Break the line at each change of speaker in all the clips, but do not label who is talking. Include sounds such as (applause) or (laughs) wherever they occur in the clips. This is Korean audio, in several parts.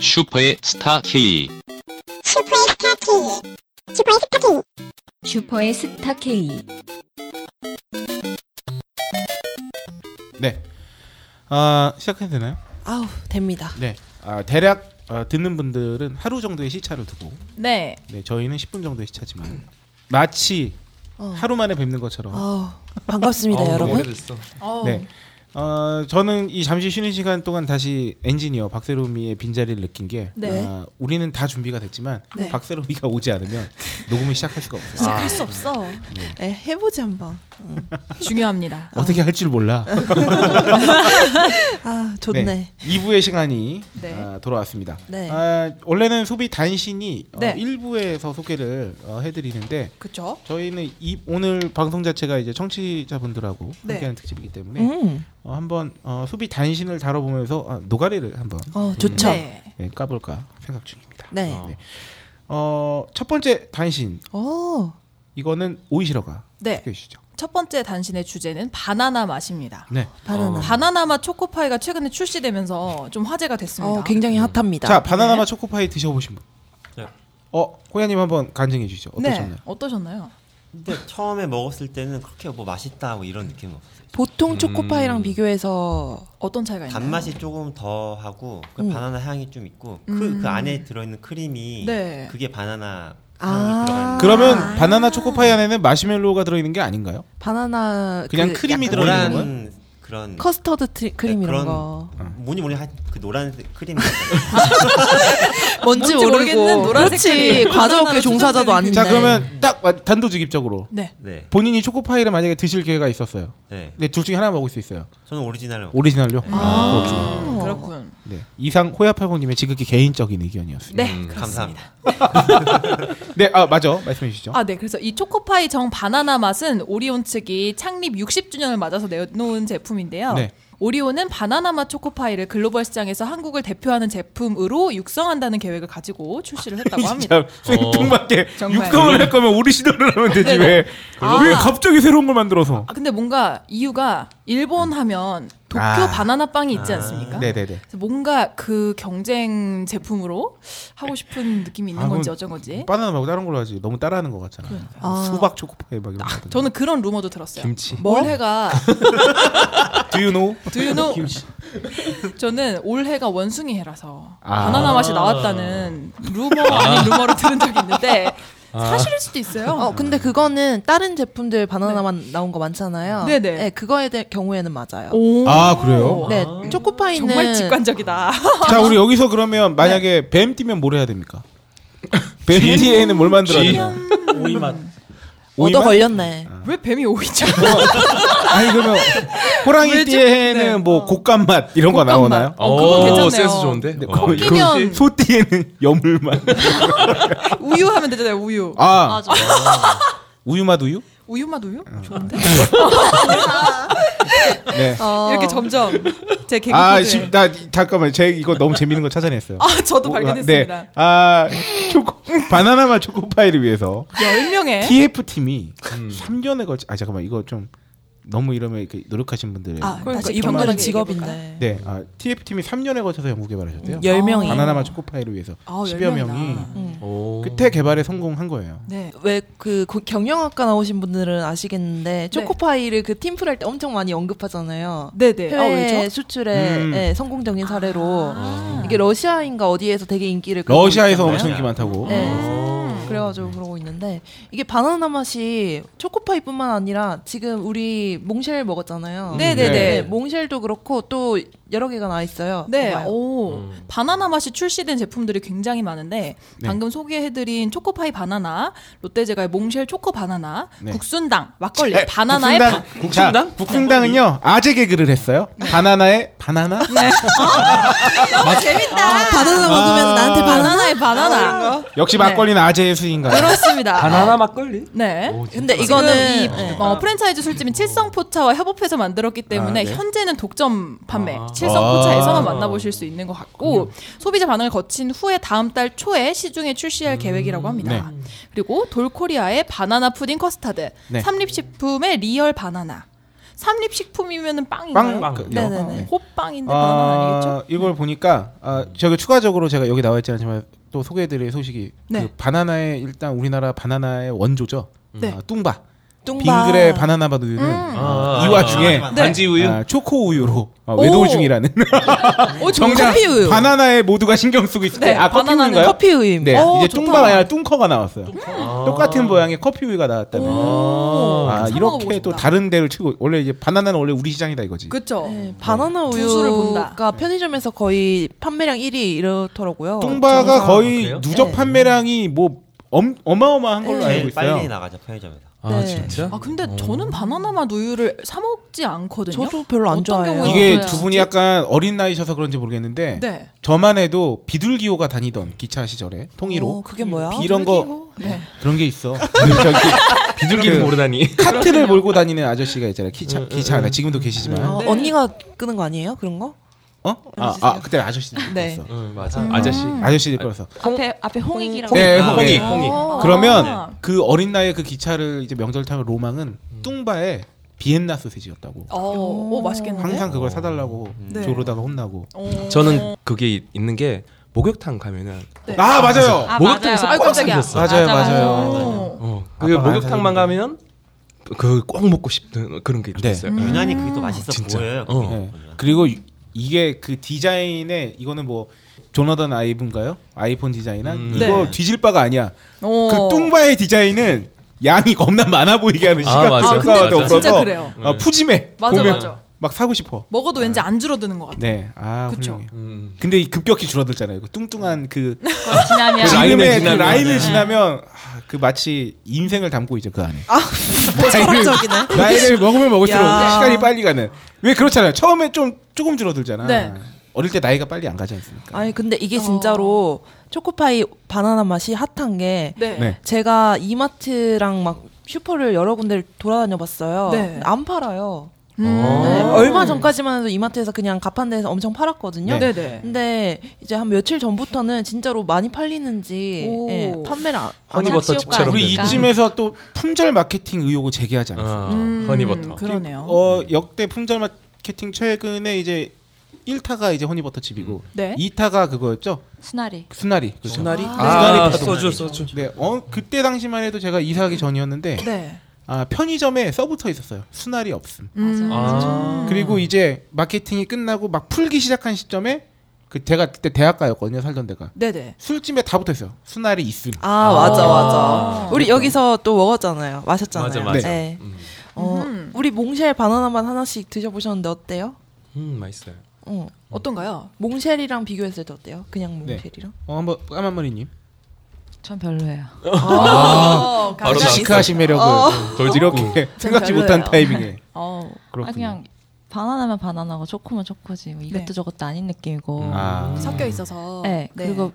슈퍼의 스타 K.
슈퍼의 스타 K. 슈퍼의 스타 K.
슈퍼의 스타 K.
네. 아, 시작해도 되나요?
아우 됩니다.
네. 아, 대략 어, 듣는 분들은 하루 정도의 시차를 두고
네.
네, 저희는 10분 정도의 시차지만 마치 하루 만에 뵙는 것처럼
아우 어, 반갑습니다
어우,
여러분.
오래됐어.
네. 어, 저는 이 잠시 쉬는 시간 동안 다시 엔지니어 박세롬이의 빈자리를 느낀 게
네.
아, 우리는 다 준비가 됐지만
네.
박세롬이가 오지 않으면 녹음을 시작할 수가 없어요.
시작할 수 없어. 네, 해보지 한번.
중요합니다.
어떻게 할 줄 몰라.
아 좋네.
네. 2부의 시간이
네.
아, 돌아왔습니다.
네.
아, 원래는 소비 단신이
네.
어, 1부에서 소개를 어, 해드리는데
그쵸?
저희는 이, 오늘 방송 자체가 이제 청취자분들하고
네.
함께하는 특집이기 때문에
음.
어, 한번 어, 소비 단신을 다뤄보면서 아, 노가리를 한번
어 좋죠. 네.
네.
네, 까볼까 생각 중입니다. 네. 어, 첫 번째 단신
오.
이거는 오이시러가
네.
소개해 주시죠.
첫 번째 단신의 주제는 바나나
아,
맛입니다.
네.
어,
바나나. 어,
바나나 맛 초코파이가 최근에 출시되면서 좀 화제가 됐습니다.
어 굉장히 핫합니다. 네.
자 바나나맛 초코파이 드셔보신 분.
네.
어 호야님 한번 간증해 주시죠. 어떠셨나요?
네. 어떠셨나요?
근데 처음에 먹었을 때는 그렇게 뭐 맛있다 뭐 이런 느낌은 없어요.
보통 초코파이랑 비교해서
어떤 차이가 있나요?
단맛이 조금 더 하고 그
음.
바나나 향이 좀 있고 그,
음.
그 안에 들어있는 크림이
네.
그게 바나나
아.
향이 들어가는
그러면 바나나 초코파이 안에는 마시멜로우가 들어있는 게 아닌가요?
바나나
그냥 크림이
약간
들어있는 거야? 어.
노란 그런
커스터드 트, 크림
네,
이런
그런-
거.
뭐니 뭐니 하- 그 노란 크림
뭔지 모르겠는 노란색
그렇지.
크림.
과자업계 종사자도 아닌데.
자 그러면 딱 마- 단도직입적으로
네.
네,
본인이 초코파이를 만약에 드실 기회가 있었어요.
네.
근데 둘 중에 하나 먹을 수 있어요.
저는 오리지널
오리지널요.
그렇죠.
아,
그렇군요.
그렇군.
네. 이상 호야팔공님의 지극히 개인적인 의견이었습니다.
네,
음,
그렇습니다.
감사합니다
네, 아 맞아 말씀해 주시죠.
아, 네. 그래서 이 초코파이 정 바나나 맛은 오리온 측이 창립 60주년을 맞아서 내놓은 제품인데요.
네.
오리온은 바나나 맛 초코파이를 글로벌 시장에서 한국을 대표하는 제품으로 육성한다는 계획을 가지고 출시를 했다고
(laughs)
합니다.
진짜
어.
수행통밖에
정말. 네,
육성을 할 거면 오리지널을 하면 되지 왜? 왜 갑자기 새로운 걸 만들어서?
아, 근데 뭔가 이유가 일본 하면 도쿄
아.
바나나 빵이 있지 않습니까?
네네네.
그래서 뭔가 그 경쟁 제품으로 하고 싶은 느낌이 있는
아,
건지
그건
어쩐 건지.
바나나 말고 다른 걸로 하지. 너무 따라하는 것 같잖아.
아.
음, 수박 초코파이 막 이런 거.
아, 저는 그런 루머도 들었어요.
김치.
올해가
Do you know?
Do you know? 저는 올해가 원숭이 해라서
아.
바나나 맛이 나왔다는 루머 아닌 루머를 들은 적이 있는데 사실일 수도 있어요.
어 근데 그거는 다른 제품들 바나나만 나온 거 많잖아요.
네네.
네, 그거에 대한 경우에는 맞아요.
오.
아, 그래요?
네 초코파이는
정말 직관적이다.
자 우리 여기서 그러면 만약에
네.
뱀 뛰면 뭘 해야 됩니까? 뱀 뒤에는 뭘 만들어야 되냐?
오이맛
얻어
오이만?
걸렸네.
왜 뱀이 오이죠?
아니 그러면 호랑이
왜죠?
띠에는
네.
뭐 곶감 맛 이런 거
곶감
나오나요?
어, 그건 괜찮네요.
센스 좋은데?
근데
어.
거-
끼면-
그 소띠에는 여물 맛.
우유 하면 되잖아요. 우유.
아 우유 맛 우유?
우유 맛 우유? 좋은데?
아. (laughs) 네.
어.
이렇게 점점 제 개그
아,
코드에.
지, 나 잠깐만, 제 이거 너무 재밌는 거 찾아냈어요.
아, 저도
어,
발견했습니다.
네. 아, 초코 바나나맛 초코파이를 위해서
10명의
TF 팀이
음.
3년에 걸쳐. 아 잠깐만 이거 좀 너무 이러면 이렇게 노력하신 분들의.
아,
그러니까
다시
이분들은
이분들은
얘기해볼까요?
직업인데.
네, 아, TF 팀이 3년에 걸쳐서 연구 개발하셨대요.
열 명이 어.
바나나맛 초코파이를 위해서
음, 아,
10여
10명이다.
명이
오.
그때 개발에 성공한 거예요.
네.
왜 그 경영학과 나오신 분들은
네.
아시겠는데 초코파이를 그 팀플 할 때 엄청 많이 언급하잖아요.
네네. 아,
해외
왜죠? 아.
수출의
음.
예, 성공적인 사례로 이게 러시아인가 어디에서 되게 인기를 끌고
러시아에서
있잖아요.
엄청 음. 인기 많다고.
네. 그래가지고 그러고 있는데 이게 바나나 맛이 초코파이뿐만 아니라 지금 우리 몽쉘 먹었잖아요.
네네네.
네.
몽쉘도 그렇고 또 여러 개가 나 있어요.
네,
봐봐요.
오
음.
바나나 맛이 출시된 제품들이 굉장히 많은데
네.
방금 소개해드린 초코파이 바나나, 롯데제과의 몽쉘 초코 바나나,
네.
국순당 막걸리,
에,
바나나의
네. 국순당,
바- 네.
국순당? 네. 국순당은요 아재 개그를 했어요. 바나나의 바나나.
아, 바나나 먹으면 나한테 아, 바나나.
바나나의 바나나
역시 막걸리는 아재의 수인가요?
네. 그렇습니다.
아.
바나나 막걸리
네.
근데
이거는
이거는
이
네.
어, 프랜차이즈 술집인 칠성포차와 협업해서 만들었기 때문에
아, 네.
현재는 독점 판매
아.
칠성포차에서만
아.
만나보실 수 있는 것 같고 소비자 반응을 거친 후에 다음 달 초에 시중에 출시할 계획이라고 합니다. 그리고 돌코리아의 바나나 푸딩 커스타드,
네.
삼립식품의 리얼 바나나. 삼립식품이면은 빵인가요?
빵,
빵.
그-
네네네.
어, 네.
호빵인데 바나나 아니겠죠? 네.
아, 이걸 보니까 아, 저기 추가적으로 제가 여기 나와 있지 않지만 또 소개해드릴 소식이
네.
그 바나나의 일단 우리나라 바나나의 원조죠.
네. 음.
아, 뚱바.
뚱바.
빙그레 바나나 바 우유는
아,
이와
아,
중에
네.
아,
반지 우유.
아, 초코 우유로 아,
오.
외도 중이라는
오, 어, 저 커피 우유.
바나나에 모두가 신경 쓰고 있을 때
네,
아, 커피
바나나는
우유인가요?
커피 의임.
네,
어,
이제
좋다. 아.
뚱바가 아니라 뚱커가 나왔어요. 똑같은 모양의 커피 우유가 나왔다면
오,
아,
사 먹어보고
이렇게 또
싶다.
다른 데를 치고 원래 이제 바나나는 원래 우리 시장이다 이거지.
그쵸.
네,
어.
바나나
두수를 본다.
우유가 편의점에서 거의 판매량 1위 이렇더라고요.
뚱바가
정상.
거의
아, 그래요?
누적
네.
판매량이 뭐 엄, 어마어마한
네.
걸로 알고
제일
있어요.
빨리 나가죠 편의점에서.
아
네.
진짜?
아 근데 저는 바나나맛 우유를 사 먹지 않거든요.
저도 별로 안
어떤
좋아해요.
네.
경우에
이게
맞아요.
두 분이 약간 어린 나이셔서 그런지 모르겠는데
네.
저만 해도 비둘기호가 다니던 기차 시절에 통일호
어, 그게 뭐야?
비- 이런 거-
네.
그런 게 있어.
(laughs)
저기
비둘기를
그
모르다니.
카트를 몰고 다니는 아저씨가 있잖아요. 기차 기차 안에 지금도 계시지만
어,
네.
언니가 끄는 거 아니에요? 그런
(laughs)
거?
어? 아, 아 그때 아저씨들
네.
끌었어.
음,
응 맞아. 아저씨.
아저씨들 끌었어.
앞에 앞에 홍익이라고.
네,
아,
홍익.
홍익. 홍익.
아.
그러면 그 어린 나이에 그 기차를 이제 명절 타면 로망은 뚱바에 비엔나 소세지였다고.
어, 오 맛있겠는데.
항상 그걸 사달라고
네.
조르다가 혼나고.
어.
저는 그게 있는 게 목욕탕 가면은
네.
아 맞아요.
아,
목욕탕에서
맞아요.
꽉
깜짝이야.
삼겼어.
네, 맞아요, 맞아요.
어.
어, 그
아빠가 안
목욕탕만
사주니까.
가면 그 꼭 먹고 싶은 그런 게
네.
있었어요.
음.
음.
유난히 그게 또 맛있어
진짜.
보여요.
어.
네. 그리고 이- 이게 그 디자인에 이거는 뭐 조나단 아이브인가요? 아이폰 디자이너 이거
네.
뒤질 바가 아니야.
어.
그 뚱바의 디자인은 양이 겁나 많아 보이게 하는 시각
맞아.
효과가
아, 네. 근데
더불어서
진짜 그래요.
어, 푸짐해.
맞아,
보면
맞아.
막 사고 싶어.
먹어도 왠지 안 줄어드는 것 같아.
네. 아
그쵸.
훌륭해.
음.
근데 이 급격히 줄어들잖아요. 그 뚱뚱한 그
그거 지나면
그 라인을
지금의 그
지나면.
라인을
네.
지나면 아, 그 마치 인생을 담고 이제 그 안에.
아,
철학적이네.
그
그렇죠.
나이를 먹으면 먹을수록
야.
시간이 빨리 가는. 왜 그렇잖아요. 처음에 좀 조금 줄어들잖아.
네.
어릴 때 나이가 빨리 안 가지 않습니까?
아니 근데
어.
이게 진짜로 초코파이 바나나 맛이 핫한 게
네.
네.
제가 이마트랑 막 슈퍼를 여러 군데를 돌아다녀봤어요.
네.
안 팔아요.
어.
네,
음.
얼마 전까지만 해도 이마트에서 그냥 가판대에서 엄청 팔았거든요.
네. 네
근데 이제 한 며칠 전부터는 진짜로 많이 팔리는지
오.
예, 판매를 안,
아,
허니버터 칩처럼.
우리
그러니까.
이쯤에서 또 품절 마케팅 의혹을 제기하지 않았어요.
아,
음,
허니버터.
그러네요.
어, 역대 품절 마케팅 최근에 이제 1타가 이제 허니버터칩이고
음.
네.
2타가 그거였죠?
수나리.
수나리. 그렇죠?
소나리?
아,
소주 소주.
네, 어, 그때 당시만 해도 제가 이사하기 전이었는데
네.
아, 편의점에 써붙어 있었어요. 수날이 없음.
음.
아.
그리고 이제 마케팅이 끝나고 막 풀기 시작한 시점에 그 제가 그때 대학가였거든요 살던 데가
네네.
술집에 다 붙어 있어요. 수날이 있음.
아, 맞아 맞아. 우리 여기서 또 먹었잖아요. 마셨잖아요.
맞아, 맞아.
네.
음.
어,
음.
우리 몽쉘 바나나만 하나씩 드셔보셨는데 어때요?
그
음, 맛있어요.
어.
어떤가요?
몽쉘이랑 비교했을 때 어때요? 그냥
네.
몽쉘이랑?
어 한번 까만 머리님.
전 별로예요.
아,
바로
감사합니다.
시크하신 매력을 이렇게 생각지 못한
별로예요.
타이밍에
어,
아,
그렇군요.
그냥 바나나면 바나나고 초코면 초코지. 뭐 이것도
네.
저것도 아닌 느낌이고.
음.
아.
섞여 있어서.
네, 그리고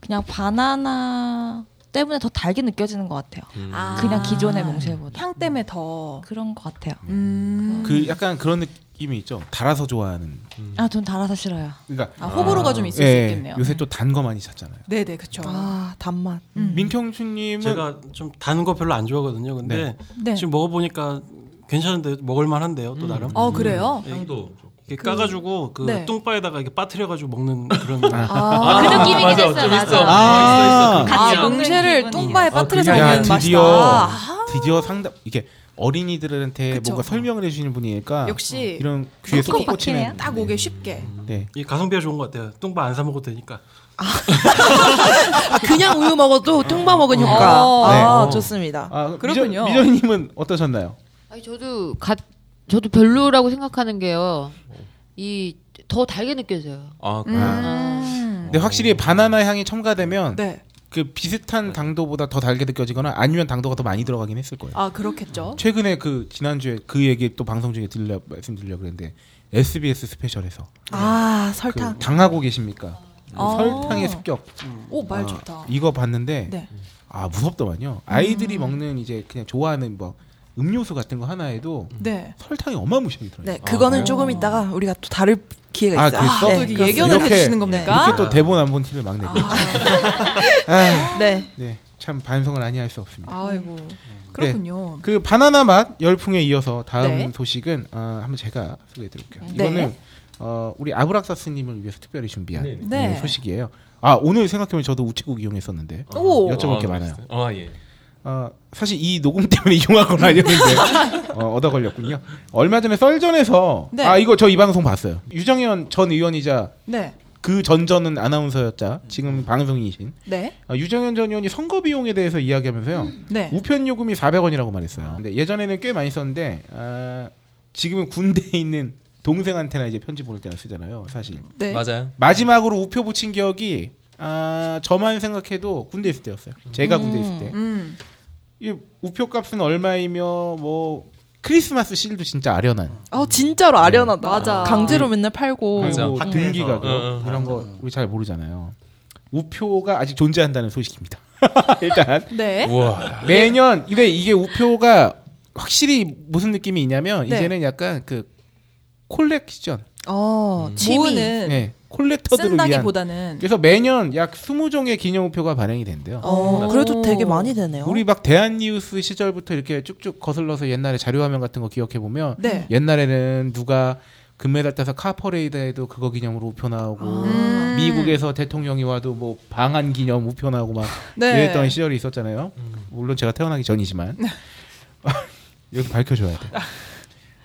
그냥 바나나 때문에 더 달게 느껴지는 것 같아요.
음.
아.
그냥 기존의 몽쉘보다
향 때문에 더.
그런 것 같아요.
음.
그 약간 그런 느낌이 있죠. 달아서 좋아하는.
아, 전 달아서 싫어요.
그러니까
아, 호불호가 좀 있을 수
예,
있겠네요.
요새 또 단 거 많이 찾잖아요.
네네 그쵸.
아 단맛.
음.
민경춘님은
제가 좀 단 거 별로 안 좋아하거든요. 근데
네.
지금 먹어보니까 괜찮은데 먹을 만한데요. 또 나름.
어
네.
그래요?
향도 네, 이렇게 까가지고 그
네.
똥바에다가 이렇게 빠트려가지고 먹는 그런.
(laughs) 아,
그 느낌이긴
맞아,
했어요.
좀 있어.
맞아.
아,
같이
아
먹는
몽쉘을
기분이에요.
똥바에 빠뜨려서
아, 그냥
야
먹는 맛이다.
드디어
아,
드디어 상담 이게 어린이들한테
그쵸.
뭔가 설명을 해주시는 분이니까
역시
이런 귀에 쏙
조금
꽂히는
딱 오게 쉽게.
네.
이 가성비가 좋은 것 같아요. 똥바 안 사 먹어도 되니까.
아, 그냥 우유 먹어도 통바 먹은 효과.
어.
아
네.
좋습니다.
아,
그렇군요. 음.
미저, 미저님은 어떠셨나요?
아니 저도 가, 저도 별로라고 생각하는 게요. 이 더 달게 느껴져요.
아, 그래요?
음.
근데 확실히 바나나 향이 첨가되면
네.
그 비슷한 당도보다 더 달게 느껴지거나 아니면 당도가 더 많이 들어가긴 했을 거예요.
아 그렇겠죠.
최근에 그 지난주에 그 얘기 또 방송 중에 들려 말씀드리려 그랬는데 SBS 스페셜에서
아
그
설탕.
당하고 계십니까? 그
아.
설탕의 습격.
오말
아,
좋다.
이거 봤는데
네. 음.
아 무섭더만요. 아이들이 먹는 이제 그냥 좋아하는 뭐 음료수 같은 거 하나에도
네.
설탕이 어마무시하게 들어.
네 그거는 조금 있다가 우리가 또 다룰 기회가
아,
있어요.
그랬어?
네,
또 이렇게
그렇습니다.
예견을 해주시는 겁니까?
이렇게 또 대본 안 본 티를 막 내고.
아,
네.
네. 참 반성을 아니할 수 없습니다.
아이고 그렇군요.
그 바나나 맛 열풍에 이어서 다음
네.
소식은 어, 한번 제가 소개해드릴게요.
네.
이거는 어, 우리 아브락사스님을 위해서 특별히 준비한
네네. 네.
음, 소식이에요. 아 오늘 생각해보면 저도 우체국 이용했었는데
오.
여쭤볼 게
아,
많아요.
그랬어요? 아 예.
어, 사실 이 녹음 때문에 (laughs) 이용한 건
(laughs)
아니었는데 어, 얻어 걸렸군요. 얼마 전에 썰전에서
네.
아 이거 저 이 방송 봤어요. 유정현 전 의원이자
네.
그 전전은 아나운서였자 지금 방송이신
네.
어, 유정현 전 의원이 선거 비용에 대해서 이야기하면서요.
네.
우편 요금이 400원이라고 말했어요. 근데 예전에는 꽤 많이 썼는데 아, 지금은 군대에 (laughs) 있는 동생한테나 이제 편지 보낼 때나 쓰잖아요. 사실
네.
맞아요.
마지막으로 우표 붙인 기억이 아, 저만 생각해도 군대 있을 때였어요. 제가 군대 있을 때.
음.
이 우표값은 얼마이며 뭐 크리스마스 실도 진짜 아련한
아 진짜로 아련하다.
맞아.
강제로 맨날 팔고.
맞아.
그리고 뭐
학교에서.
등기가격
어, 어.
이런 거 우리 잘 모르잖아요. 우표가 아직 존재한다는 소식입니다. (laughs) 일단
네.
우와.
매년 근데 이게 우표가 확실히 무슨 느낌이 있냐면
네.
이제는 약간 그 콜렉션,
어 취미.
모으는
네, 콜렉터들을 위한.
쓴다기보다는
그래서 매년 약 20종의 기념우표가 발행이 된대요.
어 그래도 되게 많이 되네요.
우리 막 대한뉴스 시절부터 이렇게 쭉쭉 거슬러서 옛날에 자료화면 같은 거 기억해 보면
음.
네.
옛날에는 누가 금메달 따서 카퍼레이드에도 그거 기념으로 우표 나오고
음.
미국에서 대통령이 와도 뭐 방한 기념 우표 나오고 막
네. 음.
이랬던 시절이 있었잖아요. 물론 제가 태어나기 전이지만 (laughs) 여기 밝혀줘야 돼.
아.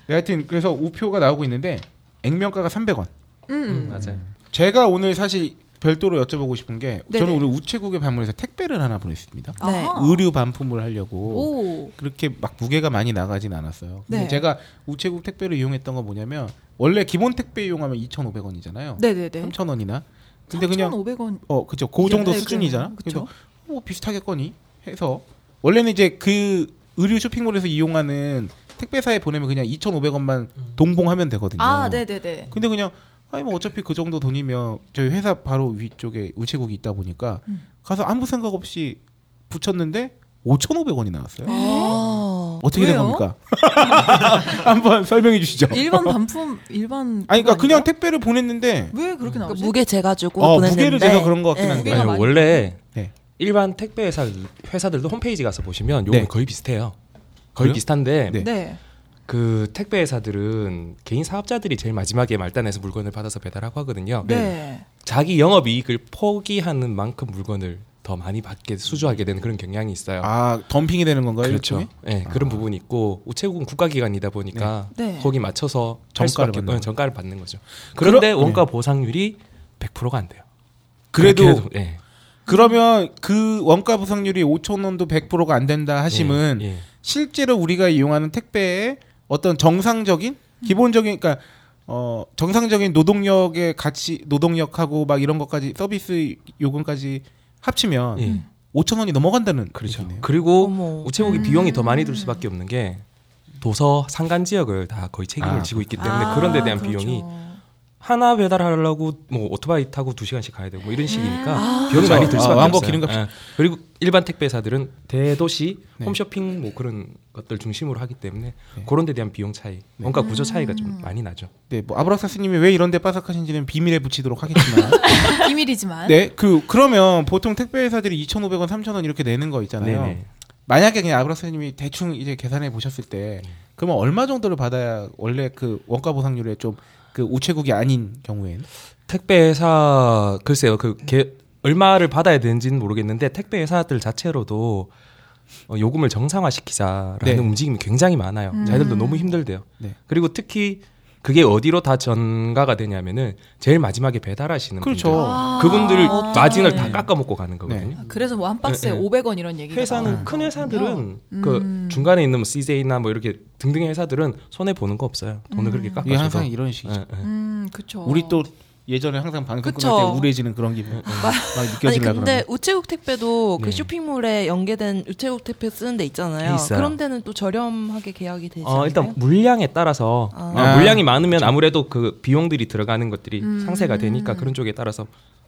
네, 하여튼 그래서 우표가 나오고 있는데 액면가가 300원.
음.
맞아요.
제가 오늘 사실 별도로 여쭤보고 싶은 게 저는
네네.
오늘 우체국에 방문해서 택배를 하나 보냈습니다.
네.
아하.
의류 반품을 하려고
오.
그렇게 막 무게가 많이 나가진 않았어요. 근데
네.
제가 우체국 택배를 이용했던 건 뭐냐면 원래 기본 택배 이용하면 2,500원이잖아요.
네네네.
3,000원이나. 근데 그냥
3,500원.
어 그죠. 그 정도
네,
수준이잖아.
그래요.
그래서
그쵸.
뭐 비슷하겠거니 해서 원래는 이제 그 의류 쇼핑몰에서 이용하는 택배사에 보내면 그냥 2,500원만
음.
동봉하면 되거든요.
아, 네네네.
근데 그냥 아니 뭐 어차피 그 정도 돈이면 저희 회사 바로 위쪽에 우체국이 있다 보니까
음.
가서 아무 생각 없이 붙였는데 5,500원이 나왔어요.
아.
어떻게 된
왜요?
겁니까? (laughs) 한번 설명해 주시죠.
일반 반품 일반
아니 그러니까
그거
그냥
아닌가요?
택배를 보냈는데
왜 그렇게 나오지?
그러니까 무게 재가지고
어,
보냈는데.
무게를 재서 그런 것 같긴
네.
한데.
무게가
아니,
많이-
원래
네.
일반 택배 회사 회사들도 홈페이지 가서 보시면 요건
네.
거의 비슷해요. 거의
그래요?
비슷한데
네.
네.
그 택배 회사들은 개인 사업자들이 제일 마지막에 말단에서 물건을 받아서 배달하고 하거든요.
네.
자기 영업 이익을 포기하는 만큼 물건을 더 많이 받게 수주하게 되는 그런 경향이 있어요.
아 덤핑이 되는 건가요?
그렇죠.
일종의?
예,
아.
그런 부분이 있고 우체국은 국가기관이다 보니까
네. 네.
거기 맞춰서
정가를
할 수밖에
받는
없- 예, 정가를 받는 거죠. 그런데
그러-
원가 보상률이 100%가 안 돼요.
그래도
그렇게 해도- 예,
그러면 그 원가 부상률이 5천 원도 100%가 안 된다 하심은
예, 예.
실제로 우리가 이용하는 택배의 어떤 정상적인
음.
기본적인 그러니까 어 정상적인 노동력의 가치 노동력하고 막 이런 것까지 서비스 요금까지 합치면
예.
5천 원이 넘어간다는
그렇죠.
얘기네요.
그리고
어머.
음.
우체국이 비용이 더 많이 들 수밖에 없는 게 도서 상간 지역을 다 거의 책임을
아,
지고 있기 때문에 그런 데 대한
그렇죠.
비용이 하나 배달하려고 뭐 오토바이 타고 두 시간씩 가야 되고 뭐 이런 식이니까 비용이
그렇죠.
많이 들
아,
수밖에
왕복
없어요.
기름값이-
예. 그리고 일반 택배사들은 대도시
네.
홈쇼핑 뭐 그런 것들 중심으로 하기 때문에
네.
그런 데 대한 비용 차이, 원가 구조 차이가 좀 많이 나죠.
네, 뭐 아브락사스님이 왜 이런데 빠삭하신지는 비밀에 붙이도록
(laughs)
하겠지만,
그렇죠. 비밀이지만
네, 그 그러면 보통 택배 회사들이 2,500원, 3,000원 이렇게 내는 거 있잖아요.
네네.
만약에 그냥 아브락사스님이 대충 이제 계산해 보셨을 때, 그러면 얼마 정도를 받아야 원래 그 원가 보상률에 좀 그 우체국이 아닌 경우엔
택배회사 글쎄요 그 개- 얼마를 받아야 되는지는 모르겠는데 택배회사들 자체로도 어, 요금을 정상화시키자라는
네.
움직임이 굉장히 많아요.
음.
자기들도 너무 힘들대요.
네.
그리고 특히 그게 어디로 다 전가가 되냐면은 제일 마지막에 배달하시는
그렇죠.
분들 그분들
아,
마진을 다
네.
깎아먹고 가는 거거든요.
그래서 뭐 한 박스에
네, 네.
500원 이런 얘기가
회사는
나와요.
큰 회사들은
음.
그 중간에 있는 뭐 CJ나 뭐 이렇게 등등의 회사들은 손해 보는 거 없어요. 돈을 그렇게
이게
깎아줘도.
항상 이런 식이죠.
예, 예.
음, 그쵸.
네. 우리 또 예전에 항상 방송
어. 그쵸. 네.
끝날 때 우울해지는 그런 기분 막
아니
느껴지려
근데
그러는.
우체국 택배도 그
네.
쇼핑몰에 연계된 우체국 택배 쓰는 데 있잖아요.
있어요.
그런 데는 또 저렴하게 계약이 되지 않나요?
어, 일단 물량에 따라서
아.
어, 물량이 많으면 아무래도 그 비용들이 들어가는 것들이
음.
상세가 되니까 그런 쪽에 따라서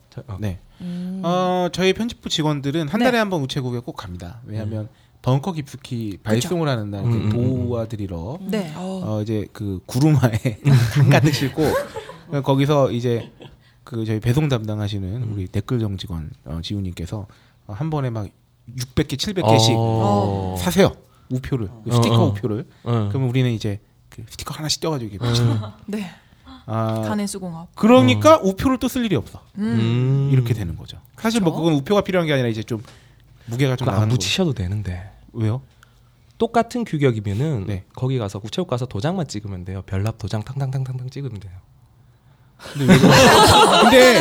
저- 어,
네,
음.
어 저희 편집부 직원들은 한
네.
달에 한 번 우체국에 꼭 갑니다. 왜냐하면 벙커 깊숙이 발송을 하는 날
음, 음,
그
음.
도와드리러
네. 어.
어 이제 그 구루마에 (laughs) 가득 싣고 그러니까 거기서 이제
음.
그 저희 배송 담당하시는 우리 댓글정 직원 어, 지우님께서 어, 한 번에 막 600개, 700개씩
어.
사세요. 우표를 그 스티커
어, 어.
우표를.
어.
그러면 우리는 이제 그 스티커 하나씩 떼가지고 이렇게.
음.
네.
아,
가내 수공업.
그러니까 우표를 또 쓸 일이 없어.
음.
이렇게 되는 거죠. 사실 뭐 그건 우표가 필요한 게 아니라 이제 좀 무게가 좀
그거 안
나가는 거죠.
붙이셔도 되는데.
왜요?
똑같은 규격이면은
네.
거기 가서 우체국 가서 도장만 찍으면 돼요. 별납 도장 탕탕탕탕탕 찍으면 돼요.
근데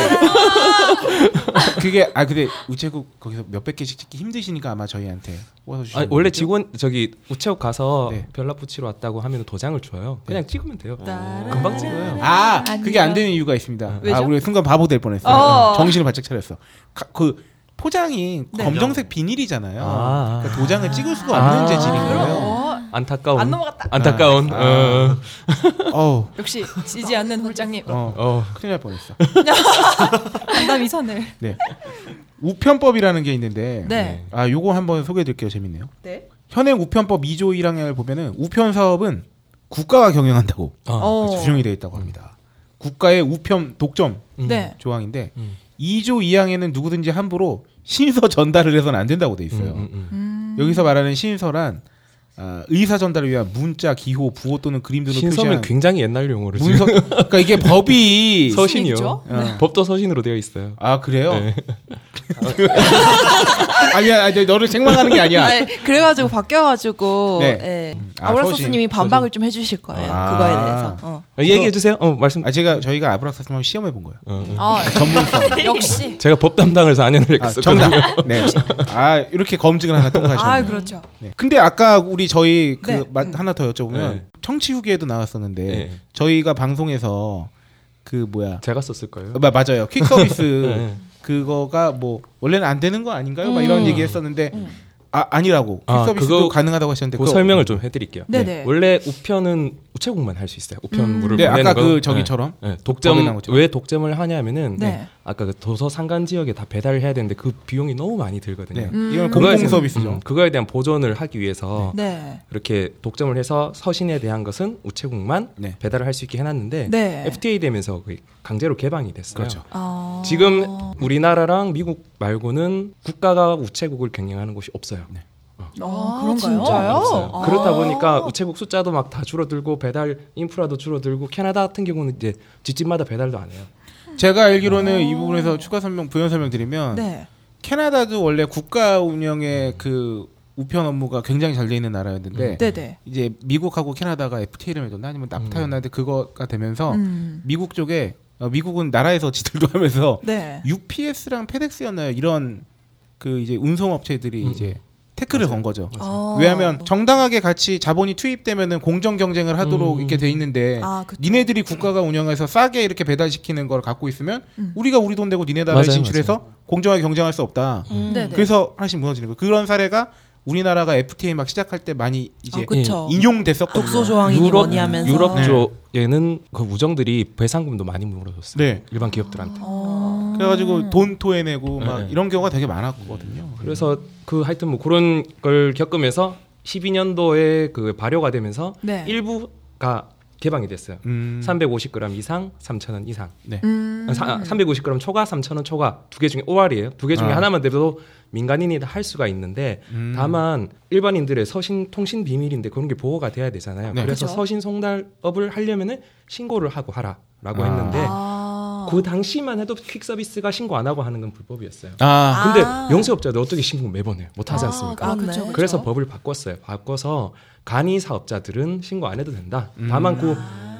그게 아 근데 우체국 거기서 몇백 개씩 찍기 힘드시니까 아마 저희한테 뽑아서 주시는
아니, 원래
거죠? 네.
직원 저기 우체국 가서 별납 붙이러 왔다고 하면 도장을 줘요. 그냥 찍으면 돼요.
네.
금방 찍어요.
아 그게 안 되는 이유가 있습니다.
왜죠?
아 우리 순간 바보 될 뻔했어.
어.
요 정신을 바짝 차렸어. 가- 그 포장이
네.
검정색 비닐이잖아요.
아.
그러니까 도장을 찍을 수가 없는
아.
재질인
어.
거예요.
안타까운.
안 넘어갔다.
안타까운.
아. 어우.
역시 지지 않는 홀장님.
어, 큰일 날 뻔했어.
담당 이선을.
네. 우편법이라는 게 있는데
네.
아 요거 한번 소개해 드릴게요. 재밌네요.
네.
현행 우편법 2조 1항을 보면은 우편 사업은 국가가 경영한다고
어.
규정이 되어 그 있다고 합니다. 국가의 우편 독점
음.
네.
조항인데 2조 2항에는 누구든지 함부로 신서 전달을 해서는 안 된다고
음,
돼 있어요. 여기서 말하는 신서란 아, 의사 전달을 위한 문자, 기호, 부호 또는 그림 등을
신서면
표시하는
굉장히 옛날 용어를
문서-
지금.
그러니까 이게 법이
(laughs) 서신이요.
있죠? 네.
법도 서신으로 되어 있어요.
아 그래요?
네.
(laughs) 아니야, 아니, 너를 생망하는 게 아니야.
아니, 그래가지고 바뀌어가지고
네.
예.
아,
아브라소스님이
서진.
반박을 좀 해주실 거예요. 그거에 대해서. 어.
얘기해 주세요. 어, 말씀. 어,
아 제가 저희가 아브라카스 한번 시험해 본 거예요.
아,
(laughs)
전문성.
역시.
제가 법 담당을 4년을
아,
했었거든요.
정답. 네. 아 이렇게 검증을 하나 통과하셨네요.
아, 그렇죠.
네. 근데 아까 우리 저희 그
네.
마- 하나 더 여쭤보면
네.
청취 후기에도 나왔었는데
네.
저희가 방송에서 그 뭐야
제가 썼을 거예요.
마- 맞아요
(laughs)
퀵 서비스
네.
그거가 뭐 원래는 안 되는 거 아닌가요? 막 이런
음.
얘기했었는데 아 아니라고 퀵
아,
서비스도
그거-
가능하다고 하셨는데
그
그거-
설명을 좀 해드릴게요.
네. 네네.
원래 우편은 우체국만 할 수 있어요. 우편물을
음. 네,
보내는
아까
거.
그 저기처럼.
네, 네,
법에 나온
독점
것처럼.
왜 독점을 하냐면은
네.
아까 그 도서 상간 지역에 다 배달을 해야 되는데 그 비용이 너무 많이 들거든요.
네, 이건
그거에
공공
대한- 음,
서비스죠.
그거에 대한 보존을 하기 위해서
네.
이렇게 독점을 해서 서신에 대한 것은 우체국만 배달을 할 수 있게 해놨는데
네.
FTA 되면서 거의 강제로 개방이 됐어요.
그렇죠. 아.
지금 우리나라랑 미국 말고는 국가가 우체국을 경영하는 곳이 없어요.
네. 아,
그런가요?
진짜요?
없어요.
아.
그렇다 보니까 우체국 숫자도 막 다 줄어들고 배달 인프라도 줄어들고 캐나다 같은 경우는 이제 집집마다 배달도 안 해요.
제가 알기로는 이 부분에서 추가 설명 부연 설명 드리면
음. 네.
캐나다도 원래 국가 운영의 그 우편 업무가 굉장히 잘 돼 있는 나라였는데
음. 네네.
이제 미국하고 캐나다가 FTA를 맺었나 아니면 납타였나데 그거가 되면서
음.
미국 쪽에 어, 미국은 나라에서 (laughs) 지들도 하면서
네.
UPS랑 페덱스였나요 이런 그 이제 운송업체들이 이제 태클을 건 거죠.
음. 맞아요.
왜냐하면 정당하게 같이 자본이 투입되면은 공정 경쟁을 하도록
음.
이렇게 돼 있는데
아,
니네들이 국가가 운영해서 싸게 이렇게 배달시키는 걸 갖고 있으면
음.
우리가 우리 돈 내고 니네 나라에
맞아요,
진출해서 공정하게 경쟁할 수 없다.
음. 네네.
그래서 하나씩 무너지는 거예요. 그런 사례가 우리나라가 FTA 막 시작할 예. 때 많이 이제
어,
아, 그쵸.
인용됐었거든요.
독소 조항이니
유럽
뭐니 하면서.
유럽
네.
쪽에는 그 우정들이 배상금도 많이 물어줬어요.
네.
일반 기업들한테.
아.
그래가지고 돈 토해내고 막
네.
이런 경우가 되게 많았거든요.
그래서 그 하여튼 뭐 그런 걸 겪으면서 12년도에 그 발효가 되면서
네.
일부가 개방이 됐어요.
음.
350g 이상 3,000원 이상.
네.
음.
아, 사- 아, 350g 초과 3,000원 초과 두 개 중에 OR이에요. 두 개 중에
아.
하나만 돼도 민간인이 할 수가 있는데
음.
다만 일반인들의 서신 통신 비밀인데 그런 게 보호가 돼야 되잖아요.
네.
그래서
그죠.
서신 송달업을 하려면은 신고를 하고 하라라고
아.
했는데 그 당시만 해도 퀵 서비스가 신고 안 하고 하는 건 불법이었어요.
아.
근데
아.
영세업자들 어떻게 신고 매번 해요? 못 하지
아,
않습니까?
아, 그쵸,
그렇죠.
그쵸.
그래서 법을 바꿨어요. 바꿔서 간이 사업자들은 신고 안 해도 된다. 다만 그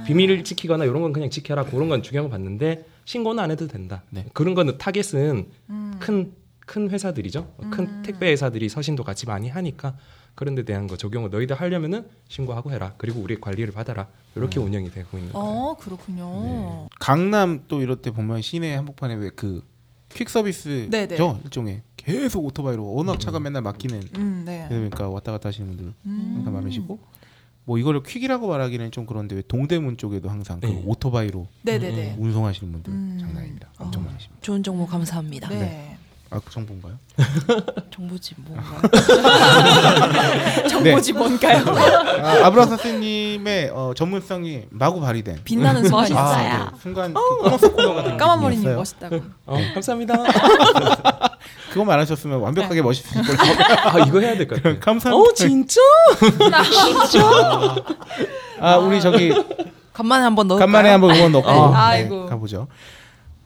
비밀을 지키거나 이런 건 그냥 지켜라. 그런 건 중요한 거 봤는데 신고는 안 해도 된다. 그런 거는 타겟은
음.
큰, 큰 회사들이죠. 큰 택배 회사들이 서신도 같이 많이 하니까 그런 데 대한 거 적용을 너희들 하려면은 신고하고 해라. 그리고 우리 관리를 받아라. 이렇게 운영이 되고 있는 거예요.
어, 그렇군요.
강남 또 이럴 때 보면 시내 한복판에 왜 그 퀵 서비스죠
네네.
일종의 계속 오토바이로 워낙 차가 맨날 막히는
음, 네.
그러니까 왔다 갔다 하시는 분들
음.
항상 많으시고 뭐 이거를 퀵이라고 말하기는 좀 그런데 왜 동대문 쪽에도 항상
네.
그 오토바이로
네네네.
음.
운송하시는 분들 장난입니다 엄청 많으십니다
좋은 정보 감사합니다.
네. 아, 그 정보인가요?
(laughs)
정보지 뭐.
(laughs) 네. 아, 아브라 선생님의 어, 전문성이 마구 발휘된
빛나는
음.
멋있어요.
네. 순간 그 코너스 코너가 된
까만머리님
느낌이었어요.
멋있다고.
어, 감사합니다.
그거 말하셨으면
네.
완벽하게 멋있을 걸.
(laughs)
아 이거 해야 될 것
(laughs)
같아요.
감사합니다.
어, 진짜?
진짜? 아 우리
어,
저기
간만에 한번 넣을까요?
네. 간만에 한번 응원 넣고 네,
아이고.
가보죠.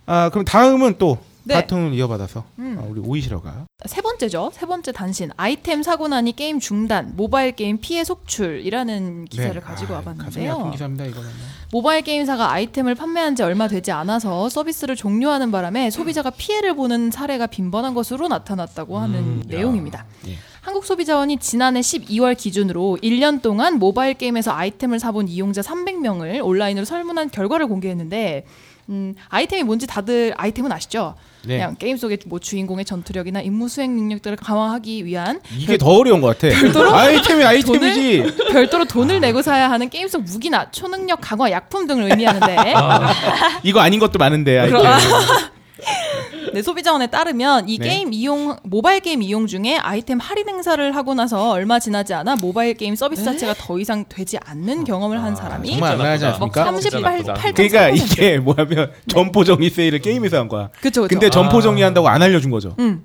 아 그럼 다음은 또
네.
바통을 이어받아서
음.
아, 우리 오이시러가
세 번째죠. 세 번째 단신. 아이템 사고 나니 게임 중단. 모바일 게임 피해 속출이라는 기사를
네.
가지고
가슴이
와봤는데요.
아픈 기사입니다 이거는.
모바일 게임사가 아이템을 판매한 지 얼마 되지 않아서 서비스를 종료하는 바람에 소비자가 피해를 보는 사례가 빈번한 것으로 나타났다고 하는 내용입니다. 한국소비자원이 지난해 12월 기준으로 1년 동안 모바일 게임에서 아이템을 사본 이용자 300명을 온라인으로 설문한 결과를 공개했는데 음, 아이템이 뭔지 다들 아이템은 아시죠?
네.
그냥 게임 속의 뭐 주인공의 전투력이나 임무 수행 능력들을 강화하기 위한
이게 더 어려운 것 같아.
별도로
아이템이 아이템이지.
돈을 별도로 돈을 내고 사야 하는 게임 속 무기나 초능력 강화 약품 등을 의미하는데
이거 아닌 것도 많은데 아이템.
그럼- (laughs) 네, 소비자원에 따르면 이
네.
게임 이용 모바일 게임 이용 중에 아이템 할인 행사를 하고 나서 얼마 지나지 않아 모바일 게임 서비스 자체가 더 이상 되지 않는 경험을 한 사람이
네. 아,
뭐
정말 안 하지 않습니까?
38
그러니까 이게 뭐냐면 점포정리 세일을 게임에서 한 거야.
(laughs) 그쵸, 그쵸.
근데 점포정리 한다고 안 알려준 거죠.
음.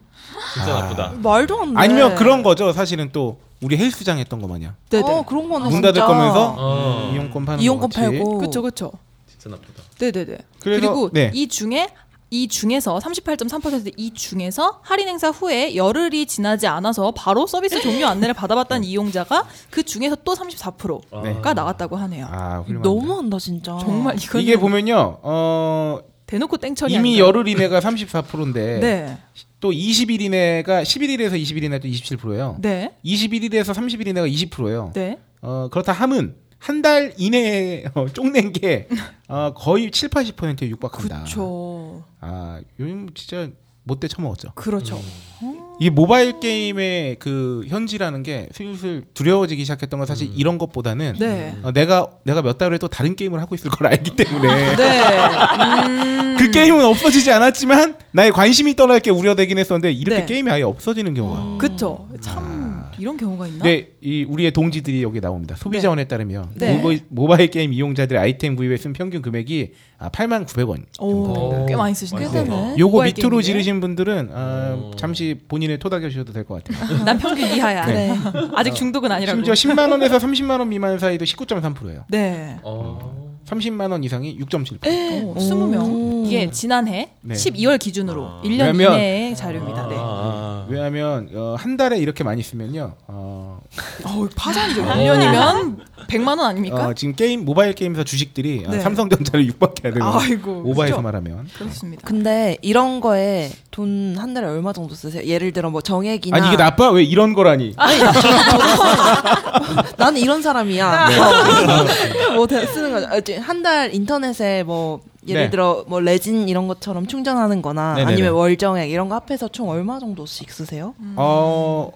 진짜 나쁘다.
말도 안 돼.
아니면 그런 거죠. 사실은 또 우리 헬스장 했던 거 마냥
어, 그런 거는
문 닫을
진짜.
거면서 음, 이용권 파는
이용권
거 같이.
팔고.
그쵸 그쵸.
진짜 나쁘다.
네네네. 그
그래서-
리고
네.
이 중에 이 중에서 38.3%이 중에서 할인 행사 후에 열흘이 지나지 않아서 바로 서비스 종료 안내를 받아봤다는
네.
이용자가 그 중에서 또 34%가
네.
나왔다고 하네요.
아, 훌륭합니다.
너무한다 진짜.
정말 이건
아. 이게 보면요. 어,
대놓고 땡처리
이미 열흘 이내가 34%인데
네.
또 20일 이내가 11일에서 20일 이내가 또 27%예요.
네.
21일에서 30일 이내가 20%예요.
네.
어, 그렇다 함은 한 달 이내에 어, 쪽낸 게 어, 거의 7, 80%에 육박한다.
그렇죠.
아, 요즘 진짜 못돼 처먹었죠.
그렇죠.
이게 모바일 게임의 그 현지라는 게 슬슬 두려워지기 시작했던 건 사실 이런 것보다는
네.
어, 내가 내가 몇 달 후에 또 다른 게임을 하고 있을 걸 알기 때문에 (laughs)
네.
그 게임은 없어지지 않았지만 나의 관심이 떠날 게 우려되긴 했었는데 이렇게
네.
게임이 아예 없어지는 경우가.
그렇죠. 참 이런 경우가 있나?
아. 네, 이 우리의 동지들이 여기 나옵니다. 소비자원에 따르면
네.
모바일, 모바일 게임 이용자들의 아이템 구입에 쓴 평균 금액이 아, 8만 900원.
오, 꽤 많이
많이
쓰시네요.
쓰네요.
요거 밑으로 지르신 분들은 아, 잠시 본인을 토닥여주셔도 될 것 같아요.
(laughs) 난 평균 이하야.
네.
(laughs) 아직 중독은 아니라고.
심지어 10만 원에서 30만 원 미만 사이도 19.3%예요.
네.
어.
30만 원 이상이 6.7%.
오, 20명. 이게 지난해
네. 아.
12월 기준으로 1년
왜냐면- 아.
이내의 자료입니다. 네.
왜냐하면 어, 한 달에 이렇게 많이 쓰면요. 어,
어우, 파산이죠.
아.
1년이면 100만 원 아닙니까?
어, 지금 게임 모바일 게임사 주식들이 아,
네.
삼성전자를 육박해야 되는
아이고. 그렇죠.
오바에서
그죠?
말하면.
그렇습니다.
근데 이런 거에 돈 한 달에 얼마 정도 쓰세요? 예를 들어 뭐 정액이나
아니 이게 나빠? 왜 이런 거라니?
아.
나는 이런
네.
사람이야.
아,
뭐, 뭐 대- 쓰는 거죠. 한 달 인터넷에 뭐 예를
네.
들어 뭐 레진 이런 것처럼 충전하는 거나
네네네.
아니면 월정액 이런 거 합해서 총 얼마 정도씩 쓰세요?
어,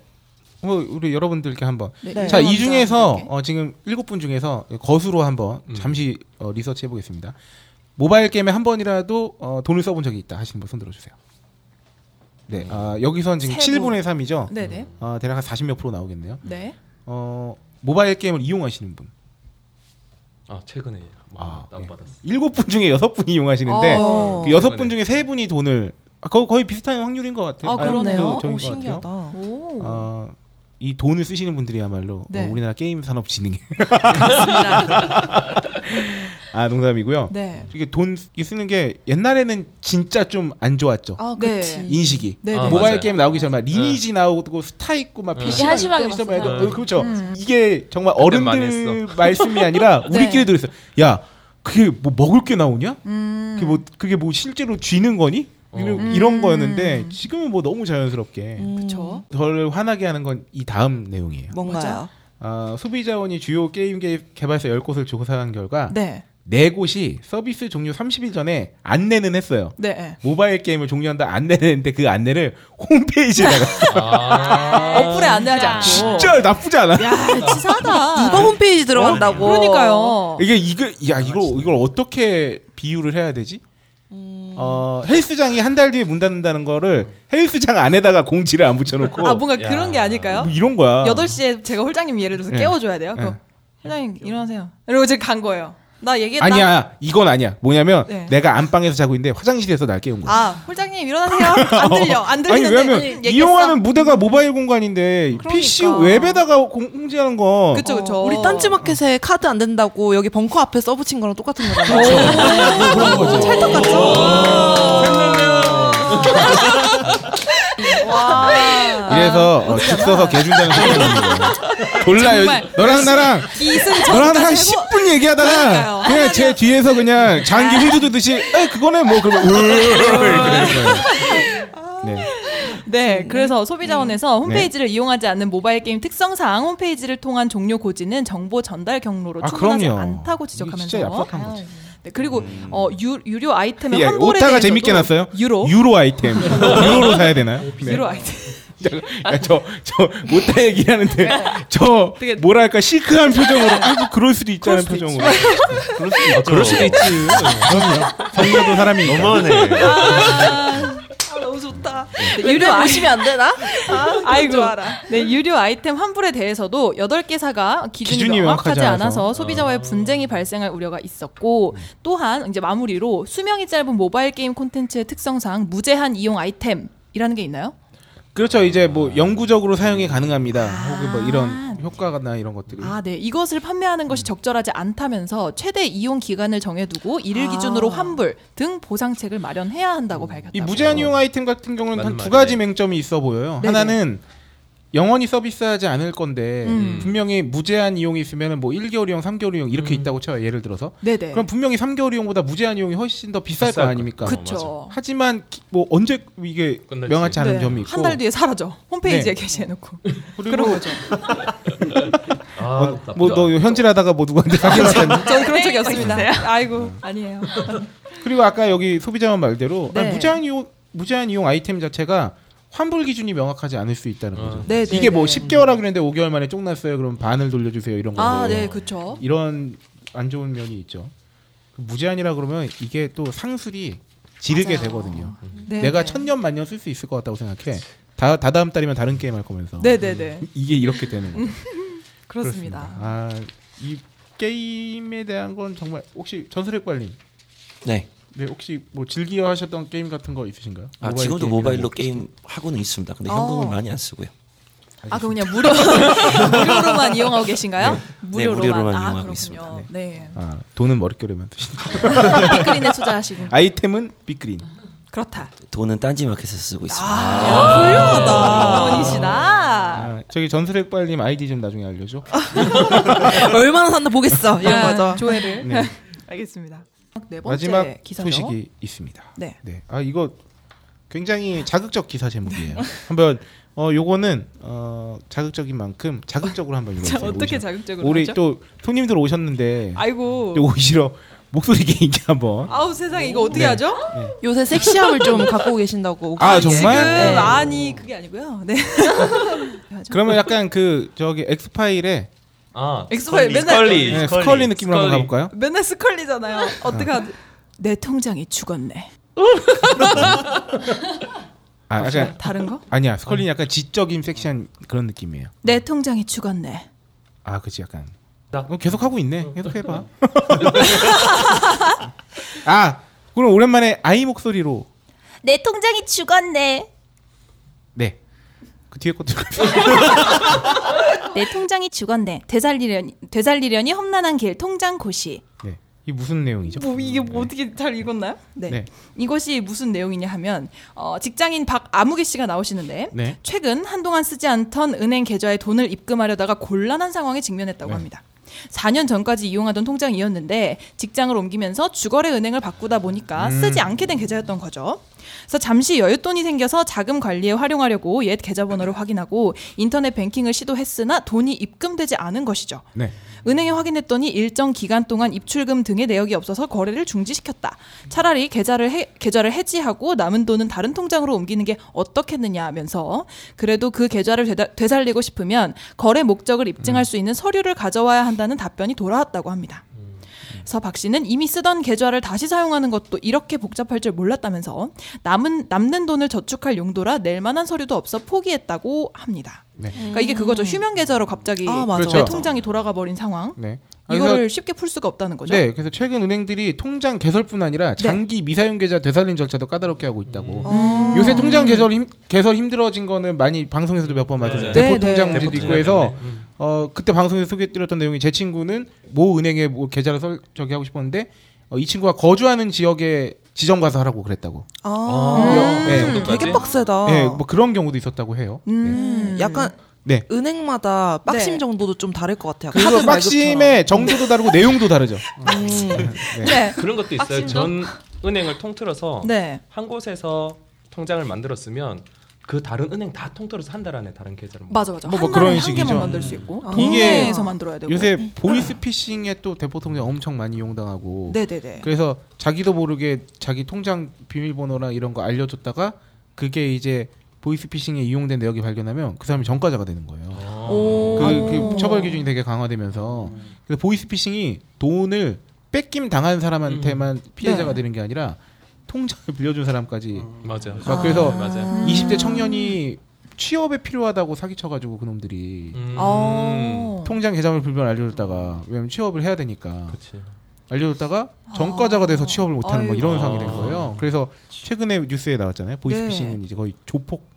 뭐 우리 여러분들께 한번.
네.
자, 이
감사합니다.
중에서
이렇게.
어, 지금 일곱 분 중에서 거수로 한번 잠시 어, 리서치 해보겠습니다. 모바일 게임에 한 번이라도 어, 돈을 써본 적이 있다 하시는 분 손 들어주세요. 네, 아, 여기선 지금
세 분.
7분의 3이죠.
네, 네.
어, 대략 한 40몇 프로 나오겠네요.
네.
어, 모바일 게임을 이용하시는 분.
아 최근에 아,
예.
다운 받았어.
일곱 분 중에 여섯 분이 이용하시는데
어.
그 여섯 분
그러네.
중에 세 분이 돈을 아, 거, 거의 비슷한 확률인 것 같아요.
아, 그러네요.
그 정도인
오,
것 같아요.
신기하다.
오.
어, 이 돈을 쓰시는 분들이야말로
네.
어, 우리나라 게임 산업
(laughs)
진흥에 아 농담이고요.
네.
이게 돈 쓰- 쓰는 게 옛날에는 진짜 좀 안 좋았죠.
아,
네.
그치.
인식이
네,
아,
네.
모바일
맞아요.
게임 나오기 전에 막 리니지 나오고 스타 있고 막
음.
PC
되게 한심하게
있던 시절
봤어요.
말고, 어, 그렇죠.
음.
이게 정말
그땐
어른들 말씀이 아니라
(laughs) 네.
우리끼리 들었어요. 야 그게 뭐 먹을 게 나오냐?
음.
그게 뭐 그게 뭐 실제로 쥐는 거니? 이런,
음.
이런 거였는데 지금은 뭐 너무 자연스럽게
그쵸.
저를 화나게 하는 건 이 다음 내용이에요.
그 뭔가요?
아, 소비자원이 주요 게임 개- 개발사 10곳을 조사한 결과
네.
네 4곳이 서비스 종료 30일 전에 안내는 했어요.
네. 네.
모바일 게임을 종료한다 안내는 했는데 그 안내를
(laughs)
홈페이지에다가
어. 어플에 안내하지 않고.
진짜 나쁘지 아. 않아.
야, 치사하다.
누가 홈페이지 들어간다고?
네. 그러니까요.
이게 이거 야 이걸 이걸 어떻게 비유를 해야 되지?
음.
어, 헬스장이 한 달 뒤에 문 닫는다는 거를 헬스장 안에다가 공지를 안 붙여놓고
아 뭔가
야.
그런 게
어?
아닐까요?
뭐 이런 거야.
여덟 시에 제가 홀장님 예를 들어서
네.
깨워줘야 돼요.
네.
그럼 홀장님 일어나세요. 이러고 제가 간 거예요.
나 얘기했나?
아니야 이건 아니야 뭐냐면
네.
내가 안방에서 자고 있는데 화장실에서 날 깨운 거야
아, 홀장님 일어나세요. 안
(laughs)
들려. 안
아니
들리는데.
왜냐면
얘기했어. 그러니까.
이용하는 무대가 모바일 공간인데 PC 웹에다가 공- 공지하는 거
그쵸 그쵸. 어. 우리
어.
딴지마켓에 카드 안 된다고 여기 벙커 앞에 써붙인 거랑 똑같은 거잖아요. 찰떡 같죠?
이래서 어, 죽 써서 개 준다는 소리
(laughs)
몰라요
정말.
너랑 나랑
기승
너랑
정도까지
나랑
하고-
10분 얘기하다가 그냥 제 뒤에서 그냥 장기 휘두르듯이 에 그거네 뭐 그러면 네.
(laughs) 네, 그래서 소비자원에서
네.
홈페이지를 이용하지 않는 모바일 게임 특성상 홈페이지를 통한 종료 고지는 정보 전달 경로로
아,
충분하지
그럼요.
않다고 지적하면서
진짜 얍삽한 거지.
네, 그리고 어, 유, 유료 아이템의
음. 야,
환불에
오타가
대해서도
재밌게 났어요
유로
아이템 유로로 사야 되나요? 네.
유로 아이템
저저 오타 얘기하는데 저 뭐랄까 시크한 표정으로 아이고 그럴 수도 있다는 표정으로 아, 그럴 수도 있죠.
그럴 수도 있지.
그럼요. 선녀도 사람이
너무하네.
아, 너무 좋다.
유료
유료
아이-
아시면 안
(laughs)
되나? 아,
(laughs)
이고
아이고.
좋아라.
네, 유료 아이템 환불에 대해서도 8개사가 기준이,
기준이 명확하지
명확하지 않아서,
않아서 어.
소비자와의 분쟁이 발생할 우려가 있었고 또한 이제 마무리로 수명이 짧은 모바일 게임 콘텐츠의 특성상 무제한 이용 아이템이라는 게 있나요?
그렇죠 이제 뭐 영구적으로 사용이 가능합니다 혹은 뭐 이런 효과나 이런 것들이
아, 네. 이것을 판매하는
음.
것이 적절하지 않다면서 최대 이용 기간을 정해두고 이를
아. 음.
기준으로 환불 등 보상책을 마련해야 한다고 밝혔다.
이 무제한 이용 아이템 같은 경우는 한
맞는
두 가지 맹점이 있어 보여요.
네네.
하나는 영원히 서비스하지 않을 건데
음.
분명히 무제한 이용이 있으면 뭐 1개월 이용, 3개월 이용 이렇게 있다고 쳐요. 예를 들어서.
네네.
그럼 분명히 3개월 이용보다 무제한 이용이 훨씬 더 비쌀,
비쌀
거
거.
아닙니까?
그쵸. 어, 맞아.
하지만 기- 뭐 언제 이게 명확치 않은 점이 있고
네. 한 달 뒤에 사라져. 홈페이지에
네.
게시해놓고.
그리고-
그런 거죠.
아,
뭐너 현질하다가 뭐 누구한테 (laughs) 사기났다는
전 그런 적이 없습니다. 아이고 아니에요.
그리고 아까 여기 소비자원 말대로
네.
아니, 무제한 이용 무제한 이용 아이템 자체가 환불 기준이 명확하지 않을 수 있다는 거죠.
네, 네,
이게 뭐
네.
10개월이라 그랬는데 5개월 만에 쪽났어요. 그럼 반을 돌려주세요 이런 거.
(laughs) 아, 네, 그쵸.
이런 안 좋은 면이 있죠. 그 무제한이라 그러면 이게 또 상술이 지르게
맞아요.
되거든요.
네,
내가
네.
천년 만년 쓸 수 있을 것 같다고 생각해. 다 다다음 달이면 다른 게임 할 거면서.
네, 네, 네.
이게 이렇게 되는 거죠.
그렇습니다.
아이 게임에 대한 건 정말 혹시 전설의 관리
네.
네 혹시 뭐 즐겨 하셨던 게임 같은 거 있으신가요?
아,
모바일
지금도
게임이나
모바일로
뭐.
게임 하고는 있습니다. 근데
어.
현금은 많이 안 쓰고요.
아, 그럼 그냥 (laughs) 무료 무료로만 이용하고 계신가요?
네.
무료로만.
네, 무료로만
아,
이용하고
그렇군요.
있습니다.
네.
아 돈은 머릿결에만 (laughs) 드신다.
빅그린에 투자하시고.
아이템은 빅그린.
그렇다.
돈은 딴지마켓에서 쓰고 있습니다.
훌륭하다. 돈이시다.
아, 저기 전설의 빨님 아이디 좀 나중에 알려줘.
얼마나 산다 보겠어. 이런
아,
거죠.
조회를.
네.
알겠습니다. 네 번째
마지막
기사죠.
소식이 있습니다.
네.
아 이거 굉장히 자극적 기사 제목이에요. 한번 어 요거는 어 자극적인 만큼 자극적으로 한번
자,
읽어보세요. 네,
어떻게
오셔-
자극적으로
우리
하죠?
또 손님들 오셨는데
아이고.
또 오시러 목소리 (laughs) 개인기 한번.
아우 세상에 이거 어떻게
네.
하죠?
요새 섹시함을 좀 갖고 계신다고.
아, 정말?
지금
네.
아니 그게 아니고요. 네.
그러면 약간 그 저기 엑스파일에
아
엑스파일 스컬리, 맨날-
스컬리,
스컬리,
네,
스컬리.
스컬리 느낌으로 한번
스컬리.
가볼까요?
(laughs)
맨날 스컬리잖아요. 어떻게 하지? 내 통장이 죽었네.
아, 약간
다른 거?
아니야 스컬리는 약간 지적인 섹시한 그런 느낌이에요.
네.
내 통장이 죽었네.
아 그치 약간. 어, 계속 하고 있네. 계속 해봐. (laughs) 아 그럼 오랜만에 아이 목소리로
내 통장이 죽었네.
네. 그 뒤에 것도 (laughs)
내 통장이 죽었네. 되살리려니 되살리려니 험난한 길 통장 고시.
네. 이게 무슨 내용이죠?
뭐 이게 뭐 어떻게 잘 읽었나요? 네.
네.
이것이 무슨 내용이냐 하면 어, 직장인 박아무개 씨가 나오시는데
네.
최근 한동안 쓰지 않던 은행 계좌에 돈을 입금하려다가 곤란한 상황에 직면했다고
네.
합니다. 4년 전까지 이용하던 통장이었는데 직장을 옮기면서 주거래 은행을 바꾸다 보니까
음.
쓰지 않게 된 계좌였던 거죠. 그래서 잠시 여윳돈이 생겨서 자금 관리에 활용하려고 옛 계좌번호를 확인하고 인터넷 뱅킹을 시도했으나 돈이 입금되지 않은 것이죠.
네.
은행에 확인했더니 일정 기간 동안 입출금 등의 내역이 없어서 거래를 중지시켰다. 차라리 계좌를 해, 계좌를 해지하고 남은 돈은 다른 통장으로 옮기는 게 어떻겠느냐면서 그래도 그 계좌를 되다- 되살리고 싶으면 거래 목적을
음.
입증할 수 있는 서류를 가져와야 한다는 답변이 돌아왔다고 합니다. 그래서 박 씨는 이미 쓰던 계좌를 다시 사용하는 것도 이렇게 복잡할 줄 몰랐다면서 남은 남는 돈을 저축할 용도라 낼 만한 서류도 없어 포기했다고 합니다.
네.
그러니까 이게 그거죠. 휴면 계좌로 갑자기
맞아.
내
그렇죠.
통장이 돌아가 버린 상황.
네. 아, 그래서-
이거를 쉽게 풀 수가 없다는 거죠. 네.
네, 그래서 최근 은행들이 통장 개설뿐 아니라 장기 미사용 계좌 되살린 절차도 까다롭게 하고 있다고.
음.
요새 통장 개설 힘, 개설 힘들어진 거는 많이 방송에서도 몇 번 말했어요.
네,
대포
네.
통장 문제도
대포
있고
통장
해서
때문에.
어 그때 방송에서 소개해드렸던 내용이 제 친구는 모 은행에 뭐 계좌를 설 저기 하고 싶었는데 어, 이 친구가 거주하는 지역에 지점 가서 하라고 그랬다고.
아,
네.
음, 되게 빡세다.
네, 뭐 그런 경우도 있었다고 해요.
음, 약간
네.
은행마다 빡심 정도도 좀 다를 것 같아요.
그리고
카드
빡심의 정도도 다르고 내용도 다르죠.
음.
네.
그런 것도 있어요.
빡심도?
전 은행을 통틀어서
네.
한 곳에서 통장을 만들었으면 그 다른 은행 다 통틀어서 한 달 안에 다른 계좌를
맞아,
뭐,
맞아. 한 달에 한 개만 만들 수 있고,
아.
동네에서 만들어야 되고.
요새 보이스피싱에 또 대포 통장 엄청 많이 이용당하고.
네네네.
그래서 자기도 모르게 자기 통장 비밀번호나 이런 거 알려줬다가 그게 이제 보이스피싱에 이용된 내역이 발견하면 그 사람이 전과자가 되는 거예요.
아,
오.
그, 그 처벌 기준이 되게 강화되면서
음.
그래서 보이스피싱이 돈을 뺏김 당한 사람한테만
음.
피해자가
네.
되는 게 아니라 통장을 빌려준 사람까지
음.
맞아요.
막 그래서
아.
음.
맞아요.
20대 청년이 취업에 필요하다고 사기쳐가지고 그놈들이
음.
아.
통장 계좌번호 불변 알려줬다가 왜냐면 취업을 해야 되니까 알려줬다가
아.
전과자가 돼서 취업을 못하는 뭐 이런
아이고.
상황이 된 거예요. 그래서 최근에 뉴스에 나왔잖아요.
네.
보이스피싱은 이제 거의 조폭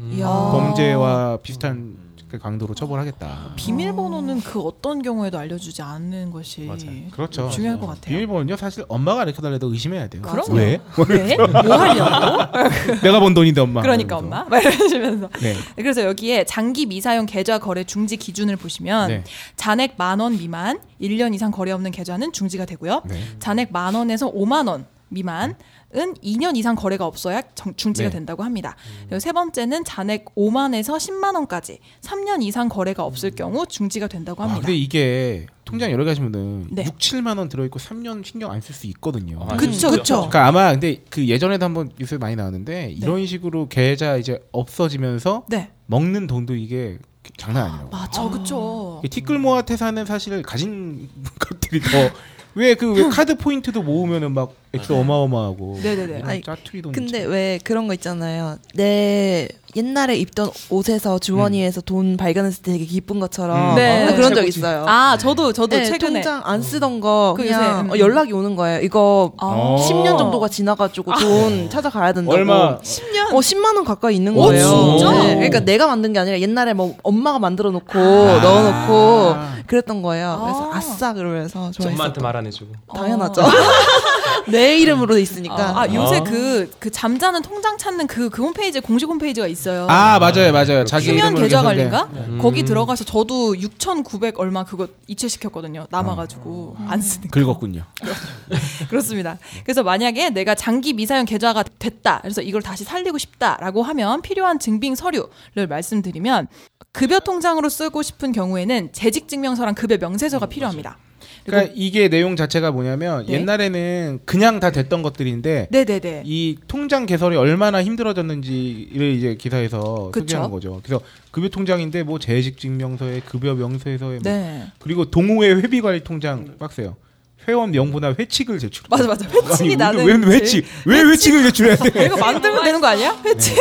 음.
아.
범죄와 비슷한 그 강도로 처벌하겠다.
비밀번호는 그 어떤 경우에도 알려주지 않는 것이 네.
그렇죠.
중요할 것 같아요.
비밀번호는요 사실 엄마가 알려달래도 의심해야 돼요.
그럼요. (laughs)
왜?
왜? 뭐 하려고?
내가 번 돈인데 엄마.
그러니까 엄마 막 이러시면서
네.
그래서 여기에 장기 미사용 계좌 거래 중지 기준을 보시면
네.
잔액 만 원 미만 1년 이상 거래 없는 계좌는 중지가 되고요
네.
잔액 만 원에서 5만 원 미만은 2년 이상 거래가 없어야 정- 중지가
네.
된다고 합니다. 그리고 세 번째는 잔액 5만에서 10만 원까지 3년 이상 거래가 없을 경우 중지가
음.
된다고
아,
합니다.
근데 이게 통장 열어 가신 분은
네.
6, 7만 원 들어 있고 3년 신경 안 쓸 수 있거든요.
아, 그쵸, 진짜. 그쵸.
그러니까 아마 근데 그 예전에도 한번 뉴스에 많이 나왔는데 이런 식으로 계좌 이제 없어지면서
네.
먹는 돈도 이게 장난 아니에요.
맞아, 그쵸.
이 티끌모아 태산은 사실 가진 (laughs) 것들이 더왜 그 왜 카드 포인트도 모으면은 막 액수 어마어마하고
네네네.
이런
아니,
짜투리 돈
근데 왜 네, 그런 거 있잖아요. 내 옛날에 입던 옷에서 주머니에서 돈 발견했을 때 되게 기쁜 것처럼
음. 네.
나 그런 적
최고지.
있어요.
아, 저도- 저도
네,
최근에.
통장 안 쓰던 거
그
그냥
요새, 음.
어, 연락이 오는 거예요. 이거
아.
10년 정도가 지나가지고 돈 찾아가야 된다고.
얼마?
10년? 어 10만 원 가까이 있는
오,
거예요.
진짜?
그러니까 내가 만든 게 아니라 옛날에 뭐 엄마가 만들어 놓고 뭐
아.
넣어놓고 그랬던 거예요. 그래서 아. 아싸 그러면서 좋아했어.
엄마한테 말 안 해주고.
당연하죠. (laughs) 내 이름으로 있으니까.
아, 요새
아.
그, 그 잠자는 통장 찾는 그, 그 홈페이지에 공식 홈페이지가 있어요.
아, 맞아요. 맞아요. 자기
수면
이름으로
계좌
개설된.
관리인가?
네.
거기
음.
들어가서 저도 6,900 얼마 그거 이체시켰거든요. 남아가지고
음.
안 쓰니까.
긁었군요.
그렇습니다. 그래서 만약에 내가 장기 미사용 계좌가 됐다. 그래서 이걸 다시 살리고 싶다라고 하면 필요한 증빙 서류를 말씀드리면 급여 통장으로 쓰고 싶은 경우에는 재직 증명서랑 급여
음,
명세서가 필요합니다.
그러니까 이게 내용 자체가 뭐냐면
네.
옛날에는 그냥 다 됐던 것들인데
네네네.
이 통장 개설이 얼마나 힘들어졌는지를 이제 기사에서
그쵸.
소개하는 거죠. 그래서 급여 통장인데 뭐 재직 증명서에 급여 명세서에 뭐
네.
그리고 동호회 회비 관리 통장 빡세요. 회원 명부나 회칙을 제출.
맞아 맞아. 회칙이
뭐. (laughs) 아니,
나는
왜 회칙? 네. 왜 회칙을 제출해야
(laughs) 아,
돼?
이거 만들면 되는 거 아니야? 회칙?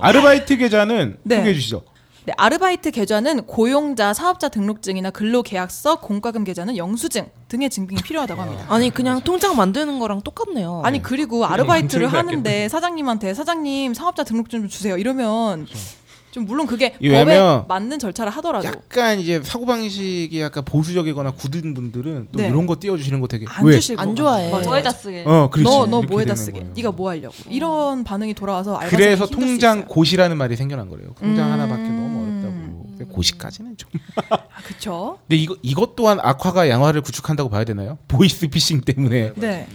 아르바이트 계좌는
어. 네.
소개해 주시죠.
네, 아르바이트 계좌는 고용자, 사업자 등록증이나 근로계약서, 공과금 계좌는 영수증 등의 증빙이 필요하다고 합니다.
아니 그냥 통장 만드는 거랑
어.
똑같네요.
아니 그리고 아르바이트를 하는데 사장님한테 사장님 사업자 등록증 좀 주세요 이러면 좀 물론 그게
그렇죠. 이
법에
왜냐면
맞는 절차를 하더라도
약간 이제 사고 방식이 약간 보수적이거나 굳은 분들은 또
네.
이런 거 띄워주시는 거 되게
안
왜?
주실 거
맞아.
뭐에다 쓰게? 음.
어, 그렇지.
너너
이렇게
뭐에다
되는
쓰게?
거예요.
네가 뭐 하려고? 이런 반응이 돌아와서 알바생이
그래서
힘들 수
통장 고시라는 말이 생겨난 거래요. 통장
음.
하나밖에 너무 어렵다고. 근데 고시까지는 좀.
아, 그쵸?
근데 이거 이것 또한 악화가 양화를 구축한다고 봐야 되나요? (laughs) 보이스피싱 때문에.
네.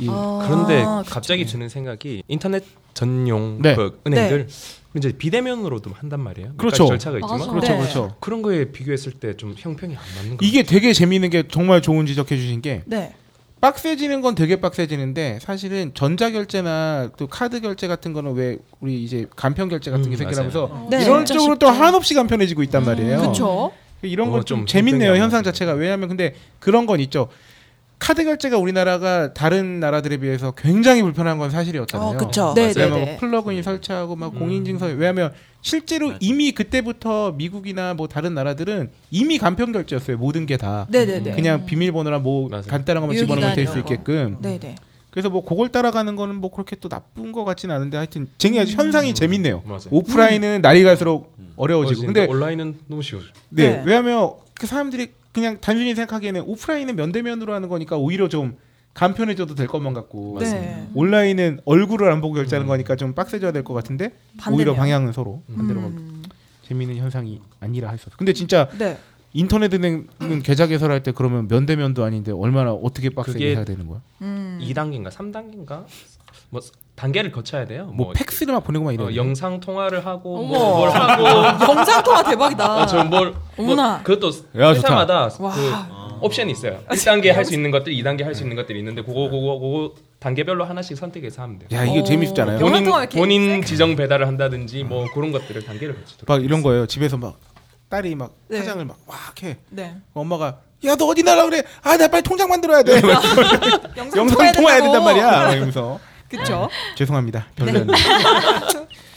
이-
아,
그런데
그쵸.
갑자기 드는 생각이 인터넷 전용
네.
그 은행들 이제 비대면으로도 한단 말이에요.
그렇죠.
그렇죠. 절차가 있지만
맞아.
네.
그렇죠, 그렇죠.
그런 거에 비교했을 때 좀 형평이 안 맞는 거.
이게 되게 재미있는 게 정말 좋은 지적해 주신 게
네.
빡세지는 건 되게 빡세지는데 사실은 전자 결제나 또 카드 결제 같은 거는 왜 우리 이제 간편 결제 같은
음,
게 생기면서
맞아요. 네.
이런
진짜
쪽으로 또 한없이 간편해지고 있단 말이에요.
음, 그쵸.
이런
어,
건 좀
좀
재밌네요
굉장히
현상 자체가 왜냐하면 근데 그런 건 있죠. 카드 결제가 우리나라가 다른 나라들에 비해서 굉장히 불편한 건 사실이었잖아요.
어, 그쵸.
네,
네,
네,
네,
뭐
네.
플러그인 설치하고 막 공인증서 왜냐하면 실제로 이미 그때부터 미국이나 뭐 다른 나라들은 이미 간편 결제였어요. 모든 게 다.
네, 네, 네.
그냥 비밀번호랑 뭐 간단한 것만 집어넣으면 될 수
유효기간
있게끔.
이런 거. 네, 네.
그래서 뭐 그걸 따라가는 거는 뭐 그렇게 또 나쁜 것 같진 않은데 하여튼 쟁이 아주 현상이 재밌네요. 음. 오프라인은 날이 갈수록 어려워지고 근데
온라인은 너무 쉬워요.
네, 왜냐하면 그 사람들이 그냥 단순히 생각하기에는 오프라인은 면대면으로 하는 거니까 오히려 좀 간편해져도 될 것만 같고
맞습니다.
온라인은 얼굴을 안 보고 결제하는 거니까 좀 빡세져야 될 것 같은데
반대네요. 음.
오히려 방향은 서로 음. 반대로
음.
가고 재미있는 현상이 아니라 할 수 없어. 근데 진짜
네.
인터넷 은행은 음. 계좌 개설할 때 그러면 면대면도 아닌데 얼마나 어떻게 빡세게
그게
해야 되는 거야?
음.
2단계인가 3단계인가 뭐 단계를 거쳐야 돼요.
뭐 팩스를 막 보내고 막 이런.
어, 영상 통화를 하고
어머.
뭐,
(laughs)
뭘 하고
영상 통화
(laughs)
대박이다.
어, 저뭘 뭐,
어머나.
그것도
야,
회사마다
좋다.
그
와.
옵션이 있어요. 1단계 할 수 있는 것들, 2단계
네.
할 수 있는 것들이 있는데 그거 그거 그거 단계별로 하나씩 선택해서 하면 돼요.
야,
어.
이거 오. 재밌잖아요. 영상
본인
통화 이렇게
본인 지정 배달을 한다든지 뭐 그런 것들을 단계를 거쳐.
막 이런 거예요. 집에서 막 딸이 막
네.
화장을 막 확 해.
네.
엄마가 야 너 어디 나라 그래? 아 나 빨리 통장 만들어야
네,
돼.
영상
영상
된다고.
통화해야 된단 말이야.
(laughs)
막 이러면서.
그쵸.
네, 죄송합니다.
(laughs)
별로였는데.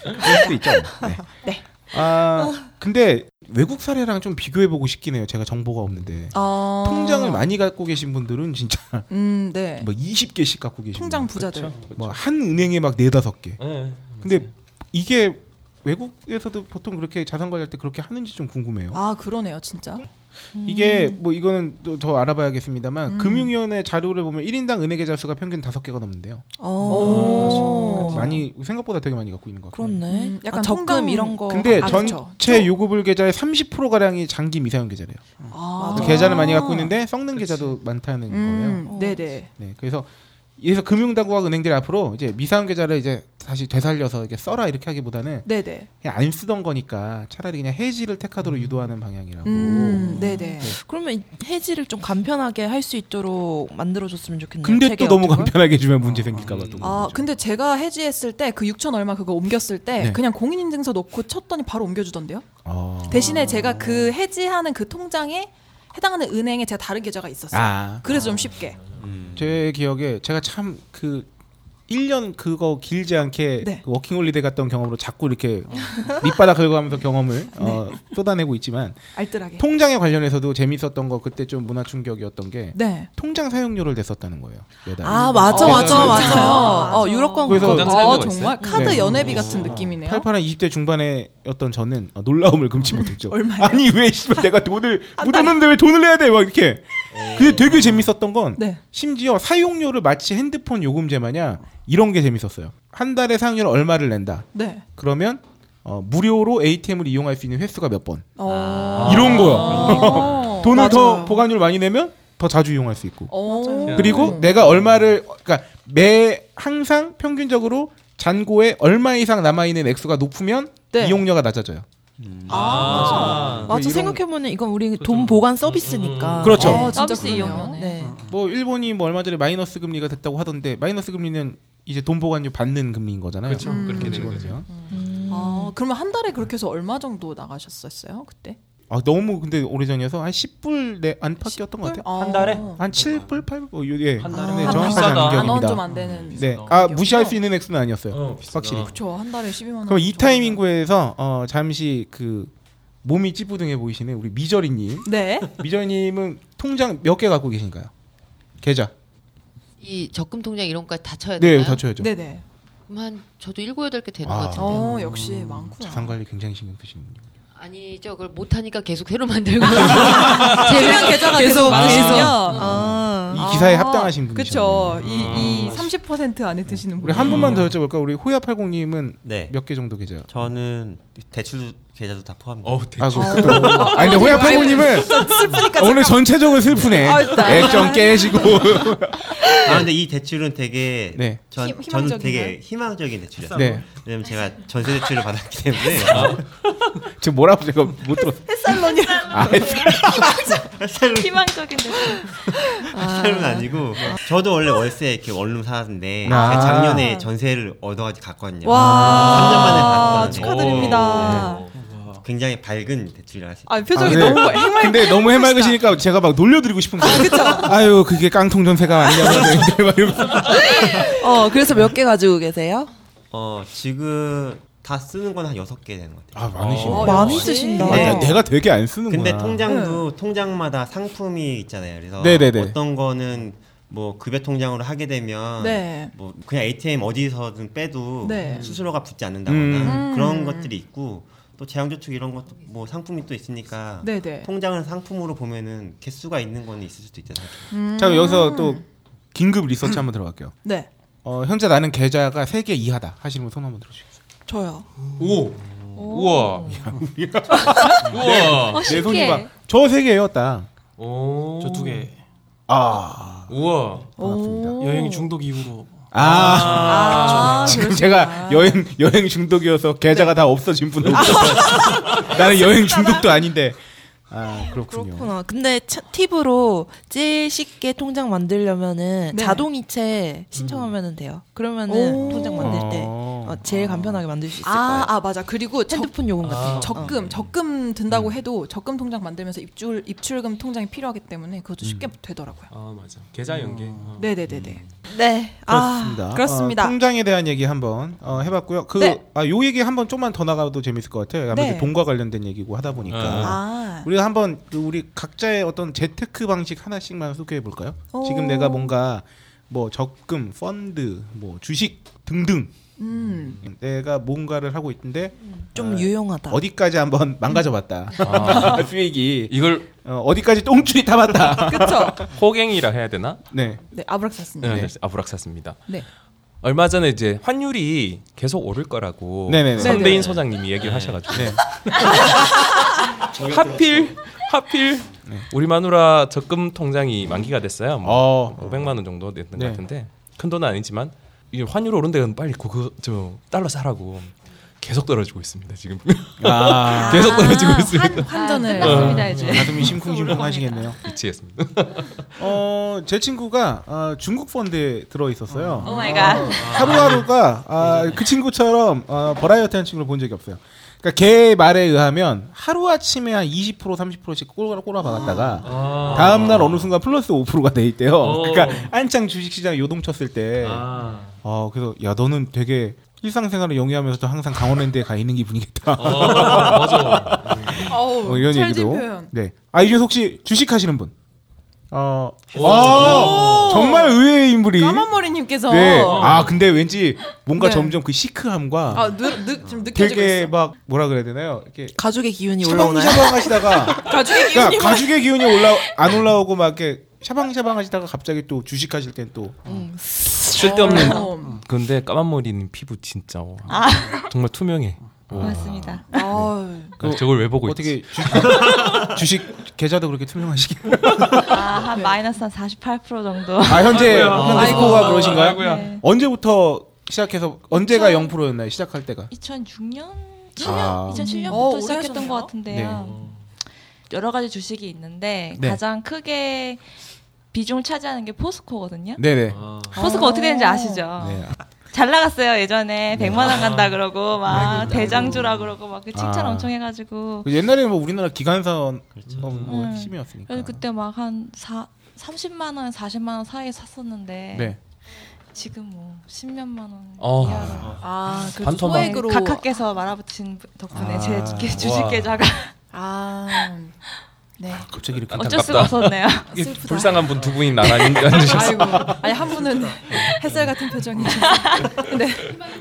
그럴 수도 있죠. 네.
어.
아 근데 외국 사례랑 좀 비교해 보고 싶긴 해요. 제가 정보가 없는데
아.
통장을 많이 갖고 계신 분들은 진짜
음, 네.
뭐 20개씩 갖고 계신
통장
분들.
부자들.
뭐 한 은행에 막 네다섯 개.
네,
근데 이게 외국에서도 보통 그렇게 자산 관리할 때 그렇게 하는지 좀 궁금해요.
아, 그러네요, 진짜.
이게 뭐 이거는 또 더 알아봐야겠습니다만
음.
금융위원회 자료를 보면 1인당 은행 계좌 수가 평균 5개가 넘는데요.
어.
오.
그래서 어, 많이 생각보다 되게 많이 갖고 있는 것 같아요.
그렇네.
음,
약간
약간
적금
통장-
이런 거.
근데
아, 그쵸.
전체 요구불 계좌의 30% 가량이 장기 미사용 계좌래요.
아.
그래서 계좌를 많이 갖고 있는데 썩는 계좌도 많다는
음,
거예요.
네, 네.
네, 그래서 그래서 금융당국과 은행들이 앞으로 이제 미사용 계좌를 이제 다시 되살려서 이렇게 써라 이렇게 하기보다는
네, 네.
그냥 안 쓰던 거니까 차라리 그냥 해지를 택하도록 유도하는 방향이라고.
음,
네네.
그러면 이 해지를 좀 간편하게 할 수 있도록 만들어줬으면 좋겠네요.
근데
책에
또 너무
어떤 걸?
간편하게 주면 문제 생길까봐 또.
아, 근데 제가 해지했을 때 그 6천 얼마 그거 옮겼을 때
네.
그냥 공인인증서 넣고 쳤더니 바로 옮겨주던데요.
아.
대신에 제가 그 해지하는 그 통장에 해당하는 은행에 제가 다른 계좌가 있었어요.
아.
그래서 좀 쉽게.
제 기억에 제가 참 그 1년 그거 길지 않게
네.
그 워킹홀리데이 갔던 경험으로 자꾸 이렇게 밑바닥
(laughs)
긁어가면서
네.
경험을 어, 쏟아내고 있지만
알뜰하게.
통장에 관련해서도 재밌었던 거 그때 좀 문화 충격이었던 게
네.
통장 사용료를 냈었다는 거예요. 매달.
아, 맞아, 맞아,
계좌를-
맞아. 어, 유럽권
그래서-
그거.
어, 정말 카드 연회비 같은 느낌이네요.
네. 어. 팔팔한 20대 중반에였던 저는 어, 놀라움을 금치 못했죠. 아니 왜 씨발 내가 돈을
아,
못 얻는데 왜 돈을 내야 돼? 막 이렇게. 근데 되게 재밌었던 건
네.
심지어 사용료를 마치 핸드폰 요금제 마냥 이런 게 재밌었어요. 한 달에 사용료를 얼마를 낸다.
네.
그러면 어, 무료로 ATM을 이용할 수 있는 횟수가 몇 번.
아.
어.
이런
어.
아, 거야. 돈을 더
맞아요. 어.
보관료를 많이 내면 더 자주 이용할 수 있고.
맞아요. 네.
그리고 네, 내가 얼마를 그러니까 매 항상 평균적으로 잔고에 얼마 이상 남아 있는 액수가 높으면
네.
이용료가 낮아져요.
아, 맞아.
그 이런-
생각해보면 이건 우리 돈 보관 서비스니까.
그렇죠.
아, 진짜
서비스
그러네요.
이용료네.
네.
뭐 일본이 뭐 얼마 전에 마이너스 금리가 됐다고 하던데 마이너스 금리는 이제 돈 보관료 받는 금리인 거잖아요.
그렇죠. 음. 그렇게 되는
그런 식으로요.
아, 그러면 한 달에 그렇게 해서 얼마 정도 나가셨었어요? 그때?
아 너무 근데 오래전이어서 한 10불 내 안팎이었던 것 같아요.
한 달에?
한 7불, 8불 뭐 요- 예. 한
달에?
네,
어. 아,
정확하지
비싸다.
않은
만원
기억입니다.
좀안 되는
네.
비싸다.
아, 무시할 수 있는 액수는 아니었어요. 확실히.
그렇죠. 한 달에 12만 원.
그럼 이 타이밍구에서 어, 잠시 그 몸이 찌뿌둥해 보이시는 우리 미저리님.
네.
그렇죠. 미저리님은 통장 몇 개 갖고 계신가요? 계좌.
이 적금 통장 이런 거까지 다 쳐야 되나요?
네, 다 쳐야죠.
네네.
그럼 한 저도 일곱 여덟 개 되는
아.
것 같은데.
어, 역시 많구나.
자산 관리 굉장히 신경 쓰시는군요.
아니죠. 그걸 못 하니까 계속 새로 만들고.
투명 계좌가 계속 많으시군요. 아.
이 기사에 합당하신 분이시네요. 아,
그렇죠. 이30% 안에 드시는 분.
우리 한 분만 더 여쭤볼까? 우리 호야팔공님은
네.
몇 개 정도 계좌?
저는 대출 계좌도 다 포함.
어,
아이고, 그 또- 아니 근데 호야팔공님은 오늘 전체적으로 슬프네.
아, 일단.
액정 깨지고. (laughs)
아 근데 이 대출은 되게
네.
전
희-
저는
희망적인가요?
되게 희망적인 대출이었어요.
네. 아.
왜냐면 제가 전세 대출을 받았기 때문에 (laughs)
지금 뭐라고 제가 못 들었어.
햇살론이라.
아,
햇살론.
희망적인 데
살은 아니고 저도 원래 월세 이렇게 원룸 살았는데
아.
제가 작년에 전세를 얻어가지고 갔거든요.
와,
아,
3년 만에 받았거든요.
축하드립니다.
네. 굉장히 밝은 대출이라 할수
아,
아, 근데-
어,
근데 너무 해맑으시니까 제가 막 놀려드리고 싶은 거예요. 아, 유 그게 깡통 전세가 아니냐고. 네. 막 이러면서.
어, 그래서 몇 개 가지고 계세요?
어 지금 다 쓰는 건 한 여섯 개 되는 것 같아요.
아, 많으시네.
어, 많이 쓰신다.
아, 내가 되게 안 쓰는구나.
근데 통장도 통장마다 상품이 있잖아요. 그래서
네네네.
어떤 거는 뭐 급여 통장으로 하게 되면
네.
뭐 그냥 ATM 어디서든 빼도
네.
수수료가 붙지 않는다거나
음. 음.
그런 것들이 있고 또 재형저축 이런 것도 뭐 상품이 또 있으니까
네네.
통장을 상품으로 보면은 개수가 있는 건 있을 수도 있잖아요.
음.
자, 그럼 여기서 또 긴급 리서치 한번 들어갈게요.
네.
어, 현재 나는 계좌가 3개 이하다. 하시는 분손 한번 들어주세요.
저요.
오.
우와.
우와.
어,
내
신기해.
네, 손이 막, 저세 개예요, 딱.
저 두 개.
아.
우와.
여행 중독 이후로.
아, 지금 제가 여행 여행 중독이어서 계좌가 다 없어진 분은 나는 여행 중독도 아닌데 아 그렇군요.
그렇구나. 어, 근데 차- 팁으로 제일 쉽게 통장 만들려면은
네.
자동이체 신청하면 돼요. 그러면은
오.
통장 만들 때 어, 제일 간편하게 만들 수 있을
네. 아,
거예요.
아 맞아. 그리고
핸드폰 요금 같은 거.
적금, 어. 적금 든다고 해도 적금 통장 만들면서 입출 입출금 통장이 필요하기 때문에
음.
그것도 쉽게 되더라고요.
아 맞아. 계좌 연계. 어.
네, 네, 네, 네.
네.
음. 그렇습니다.
아, 그렇습니다.
어, 통장에 대한 얘기 한번 어, 해봤고요. 그
네.
아, 요 얘기 한번 좀만 더 나가도 재밌을 것 같아요. 아무래도
네.
돈과 관련된 얘기고 하다 보니까
아.
우리가 한번 그 우리 각자의 어떤 재테크 방식 하나씩만 소개해 볼까요?
오.
지금 내가 뭔가 뭐 적금, 펀드, 뭐 주식 등등
음.
내가 뭔가를 하고 있는데
좀
어,
유용하다.
어디까지 한번 망가져봤다.
(laughs) 아.
수익이
이걸
어, 어디까지 똥줄이 (laughs) 타봤다.
호갱이라 해야 되나?
네.
네, 아브락사스입니다.
네. 아브락사스입니다.
네.
얼마 전에 이제 환율이 계속 오를 거라고
네네네.
선배인
네네.
소장님이 얘기를 하셔가지고
네.
(laughs) 하필 하필 우리 마누라 적금 통장이 만기가 됐어요. 뭐 500만 원 정도 됐던
네.
것 같은데 큰 돈은 아니지만 이 환율 오른 데는 빨리 그거 저 달러 사라고 계속 떨어지고 있습니다 지금. (laughs)
아.
계속 떨어지고
아,
있습니다.
환- 환전을. 끝났습니다, 이제. 음, 가슴이 심쿵심쿵
심쿵심쿵
하시겠네요.
미치겠습니다.
어, 제 친구가 어, 중국 펀드에 들어 있었어요.
오 마이 갓.
하루하루가 아, 그 친구처럼 어, 버라이어티한 친구를 본 적이 없어요. 그러니까 걔 말에 의하면 하루 아침에 한 20% 30%씩 꼬라 꼬라 박았다가 다음 날 어느 순간 플러스 5%가 돼 있대요.
어.
그러니까 한창 주식시장 요동쳤을 때, 어 그래서 야 너는 되게 일상생활을 영위하면서도 항상 강원랜드에 가 있는 기분이겠다.
어, 맞아.
(laughs) 어우,
어, 이런
찰진
얘기도.
표현.
네. 아 이준 혹시 주식하시는 분? 어,
오.
와, 정말 의외의 인물이.
까만머리님께서
네. 아 근데 왠지 뭔가
네.
점점 그 시크함과
아, 느, 느, 지금 느껴지고
되게
있어.
막 뭐라 그래야 되나요? 이렇게
가족의 기운이 올라오나요?
샤방샤방
(laughs)
하시다가
가족의
그러니까
기운이
가죽의 기운이 올라 안 올라오고 막 이렇게 샤방샤방 하시다가 갑자기 또 주식하실 땐또
쓸데없는 근데 까만머리는 피부 진짜 와. 정말 투명해. 와.
아, 맞습니다.
어.
아, 저걸 왜 보고
어떻게
있지?
주식, (laughs) 주식 계좌도 그렇게 투명하시게?
아한
네.
마이너스 한 48% 정도.
아 현재
아이고야.
현재 스코어가 그러신가요?
아이고야. 네.
언제부터 시작해서 언제가 0%였나요? 시작할 때가?
2006년,
아.
2007년부터
어, 오래
시작했던
하셨네요.
것 같은데요. 여러 가지 주식이 있는데
네.
가장 크게 비중을 차지하는 게
예?
포스코거든요.
네네.
아.
포스코 어떻게 되는지 아시죠?
네.
잘 나갔어요 예전에 100만 원 네. 아, 간다 그러고 막
아이고.
대장주라 그러고 막 그 칭찬
아.
엄청 해가지고
그 옛날에는 뭐 우리나라 기관사원 어, 뭐
음.
핵심이었으니까.
그래서 그때 막 한 30만 원, 40만 원 사이에 샀었는데
네.
지금 뭐 10몇만 원
어.
이하로
아, 그래도
네,
반토막. 소액으로.
각하께서 말아붙인 덕분에
아.
제 주- 주식
와.
계좌가
아. 네.
갑자기 이렇게
어쩔 수가 (laughs) 없었네요.
아,
이게
슬프다.
불쌍한 분 두 분이 나란히 앉으셨어. 네.
아이고. 아니 한 분은 햇살 같은 표정이. 네.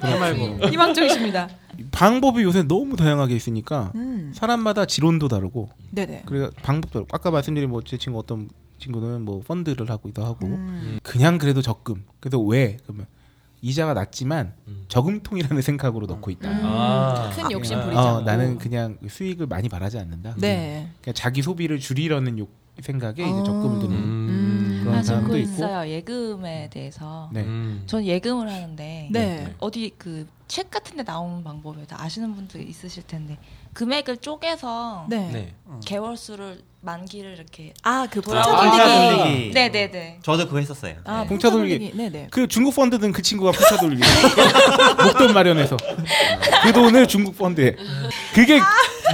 그렇군요.
희망적이십니다.
방법이 요새 너무 다양하게
네.
있으니까
음.
사람마다 지론도 다르고
네네.
그리고 방법도 다르고 아까 말씀드린 뭐 제 친구 어떤 친구는 뭐 펀드를 하고도 하고
음.
그냥 그래도 적금 그래서 왜 그러면 이자가 낮지만 저금통이라는 생각으로 넣고 있다.
음.
아.
큰 욕심
어,
부리지 않고.
음.
나는 그냥 수익을 많이 바라지
음.
않는다.
네.
그냥 자기 소비를 줄이려는 욕 생각에
어.
이제 적금을 드는
음.
음,
그런
아, 적고
사람도 있고.
있어요. 예금에 대해서.
네.
음.
전 예금을 하는데
네.
어디 그 책 같은 데 나오는 방법을 다 아시는 분도 있으실 텐데 금액을 쪼개서
네. 네.
어.
개월 수를 만기를 이렇게
아, 그
돌아오게
풍차
해서-
예.
돌리기.
네, 네, 네.
저도 그거 했었어요. 네.
아,
풍차 돌리기.
네,
그 중국 펀드 든 그 친구가 풍차
(laughs)
아.
돌리기. 목돈 마련해서 그 돈을 중국 펀드에. 그게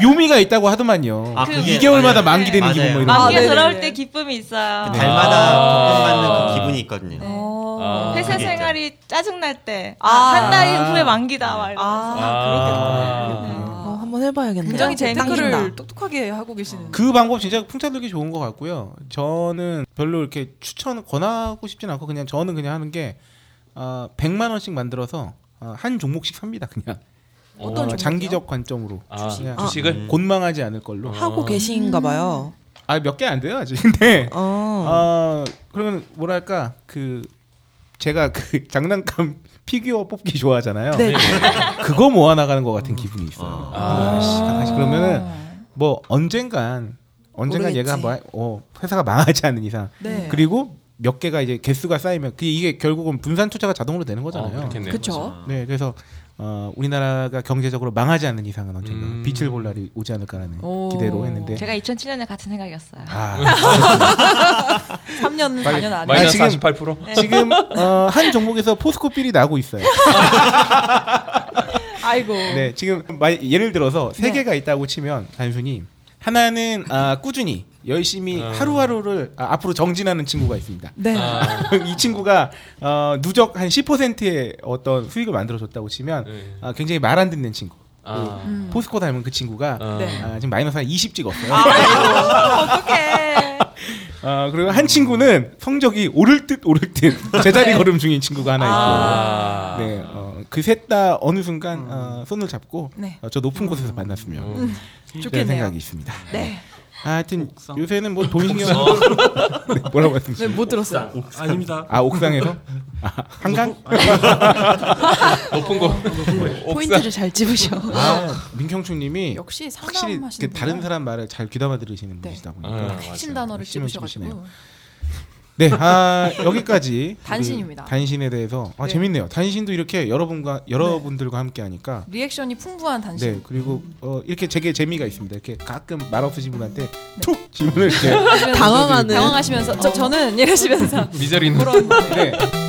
요미가 있다고 하더만요.
아,
그
그게-
2개월마다
맞아요.
만기되는
맞아요. 네.
기분 뭐 이런
만기
거.
돌아올 때 기쁨이 있어요.
그
달마다
아.
고통받는 그 기분이 있거든요.
어, 회사
그게 있죠.
생활이 짜증 날때한
아.
달이 후에 만기다 막 이러면서
아.
아.
네.
어, 한번 해봐야겠네요.
굉장히 재테크를
똑똑하게 하고 계시는.
아,
그 방법 진짜 풍차들기 좋은 것 같고요. 저는 별로 이렇게 추천 권하고 싶진 않고 그냥 저는 그냥 하는 게 아, 100만 원씩 만들어서 아, 한 종목씩 삽니다. 그냥. 아,
어떤 종목이요?
장기적 관점으로
아,
그냥
주식을? 음.
곤망하지 않을 걸로
하고 계신가 봐요.
아 몇 개 안 돼요 아직. (laughs) 근데 어. 그러면 뭐랄까 그 제가 그 (laughs) 장난감 피규어 뽑기 좋아하잖아요.
네.
(laughs) 그거 모아 나가는 것 같은 기분이 있어요. 아, 씨, 강아지. 그러면은 뭐 언젠간 언젠간
모르겠지.
얘가 뭐, 어, 회사가 망하지 않는 이상
네.
그리고 몇 개가 이제 개수가 쌓이면 그 이게 결국은 분산 투자가 자동으로 되는
어,
거잖아요.
그렇겠네요. 그쵸.
그렇죠.
네, 그래서 어, 우리나라가 경제적으로 망하지 않는 이상은 언젠가
음.
빛을 볼 날이 오지 않을까라는 기대로 했는데
제가 2007년에 같은 생각이었어요.
아.
3년,
빨리-
4년 안에.
마이너스
아, 지금-
48%?
(laughs)
네.
지금 어, 한 종목에서 포스코 빌이 나고 있어요.
아이고.
네, 지금 마- 예를 들어서 세 개가 있다고 치면 단순히 하나는 아, 꾸준히 열심히 하루하루를 아, 앞으로 정진하는 친구가 있습니다.
네.
아.
(laughs) 이 친구가 어, 누적 한 10%의 어떤 수익을 만들어줬다고 치면 아, 굉장히 말 안 듣는 친구.
아.
그
음.
포스코 닮은 그 친구가
네.
아, 지금 마이너스 한 20 찍었어요.
아,
어떡해.
(laughs) 아, 그리고 한 친구는 성적이 오를 듯 오를 듯
(laughs)
제자리
네.
걸음 중인 친구가 하나 있고
아.
네, 어, 그셋 다 어느 순간 어, 손을 잡고
음. 네.
어, 저 높은 곳에서 만났으면
음,
좋겠는
좋겠네요.
생각이 있습니다.
네.
하여튼 요새는 뭐 돈이요
옥상.
(laughs) 네, 뭐라고
네,
말씀하셨어요?
못 들었어요. 옥상.
아닙니다.
아 옥상에서 아, 한강
높은 곳. 높은 곳. 옥상. 포인트를 잘 집으셔.
아, 민경춘님이
역시
확실히
상담하시는
그 다른
분이야.
사람 말을 잘 귀담아 들으시는 분이시다 보니까
아, 핵심 단어를
핵심을
찝으셔가지고.
찝으시네요. 네, 아, 여기까지 우리
(laughs) 단신입니다.
단신에 대해서 아
네.
재밌네요. 단신도 이렇게 여러분과 여러분들과 함께 하니까
리액션이 풍부한 단신.
네 그리고 어, 이렇게 제게 재미가 있습니다. 이렇게 가끔 말 없으신 분한테
네.
툭 질문을 이렇게
당황하시면서 저, 저는 이러시면서
미저리 있는.
그런
네.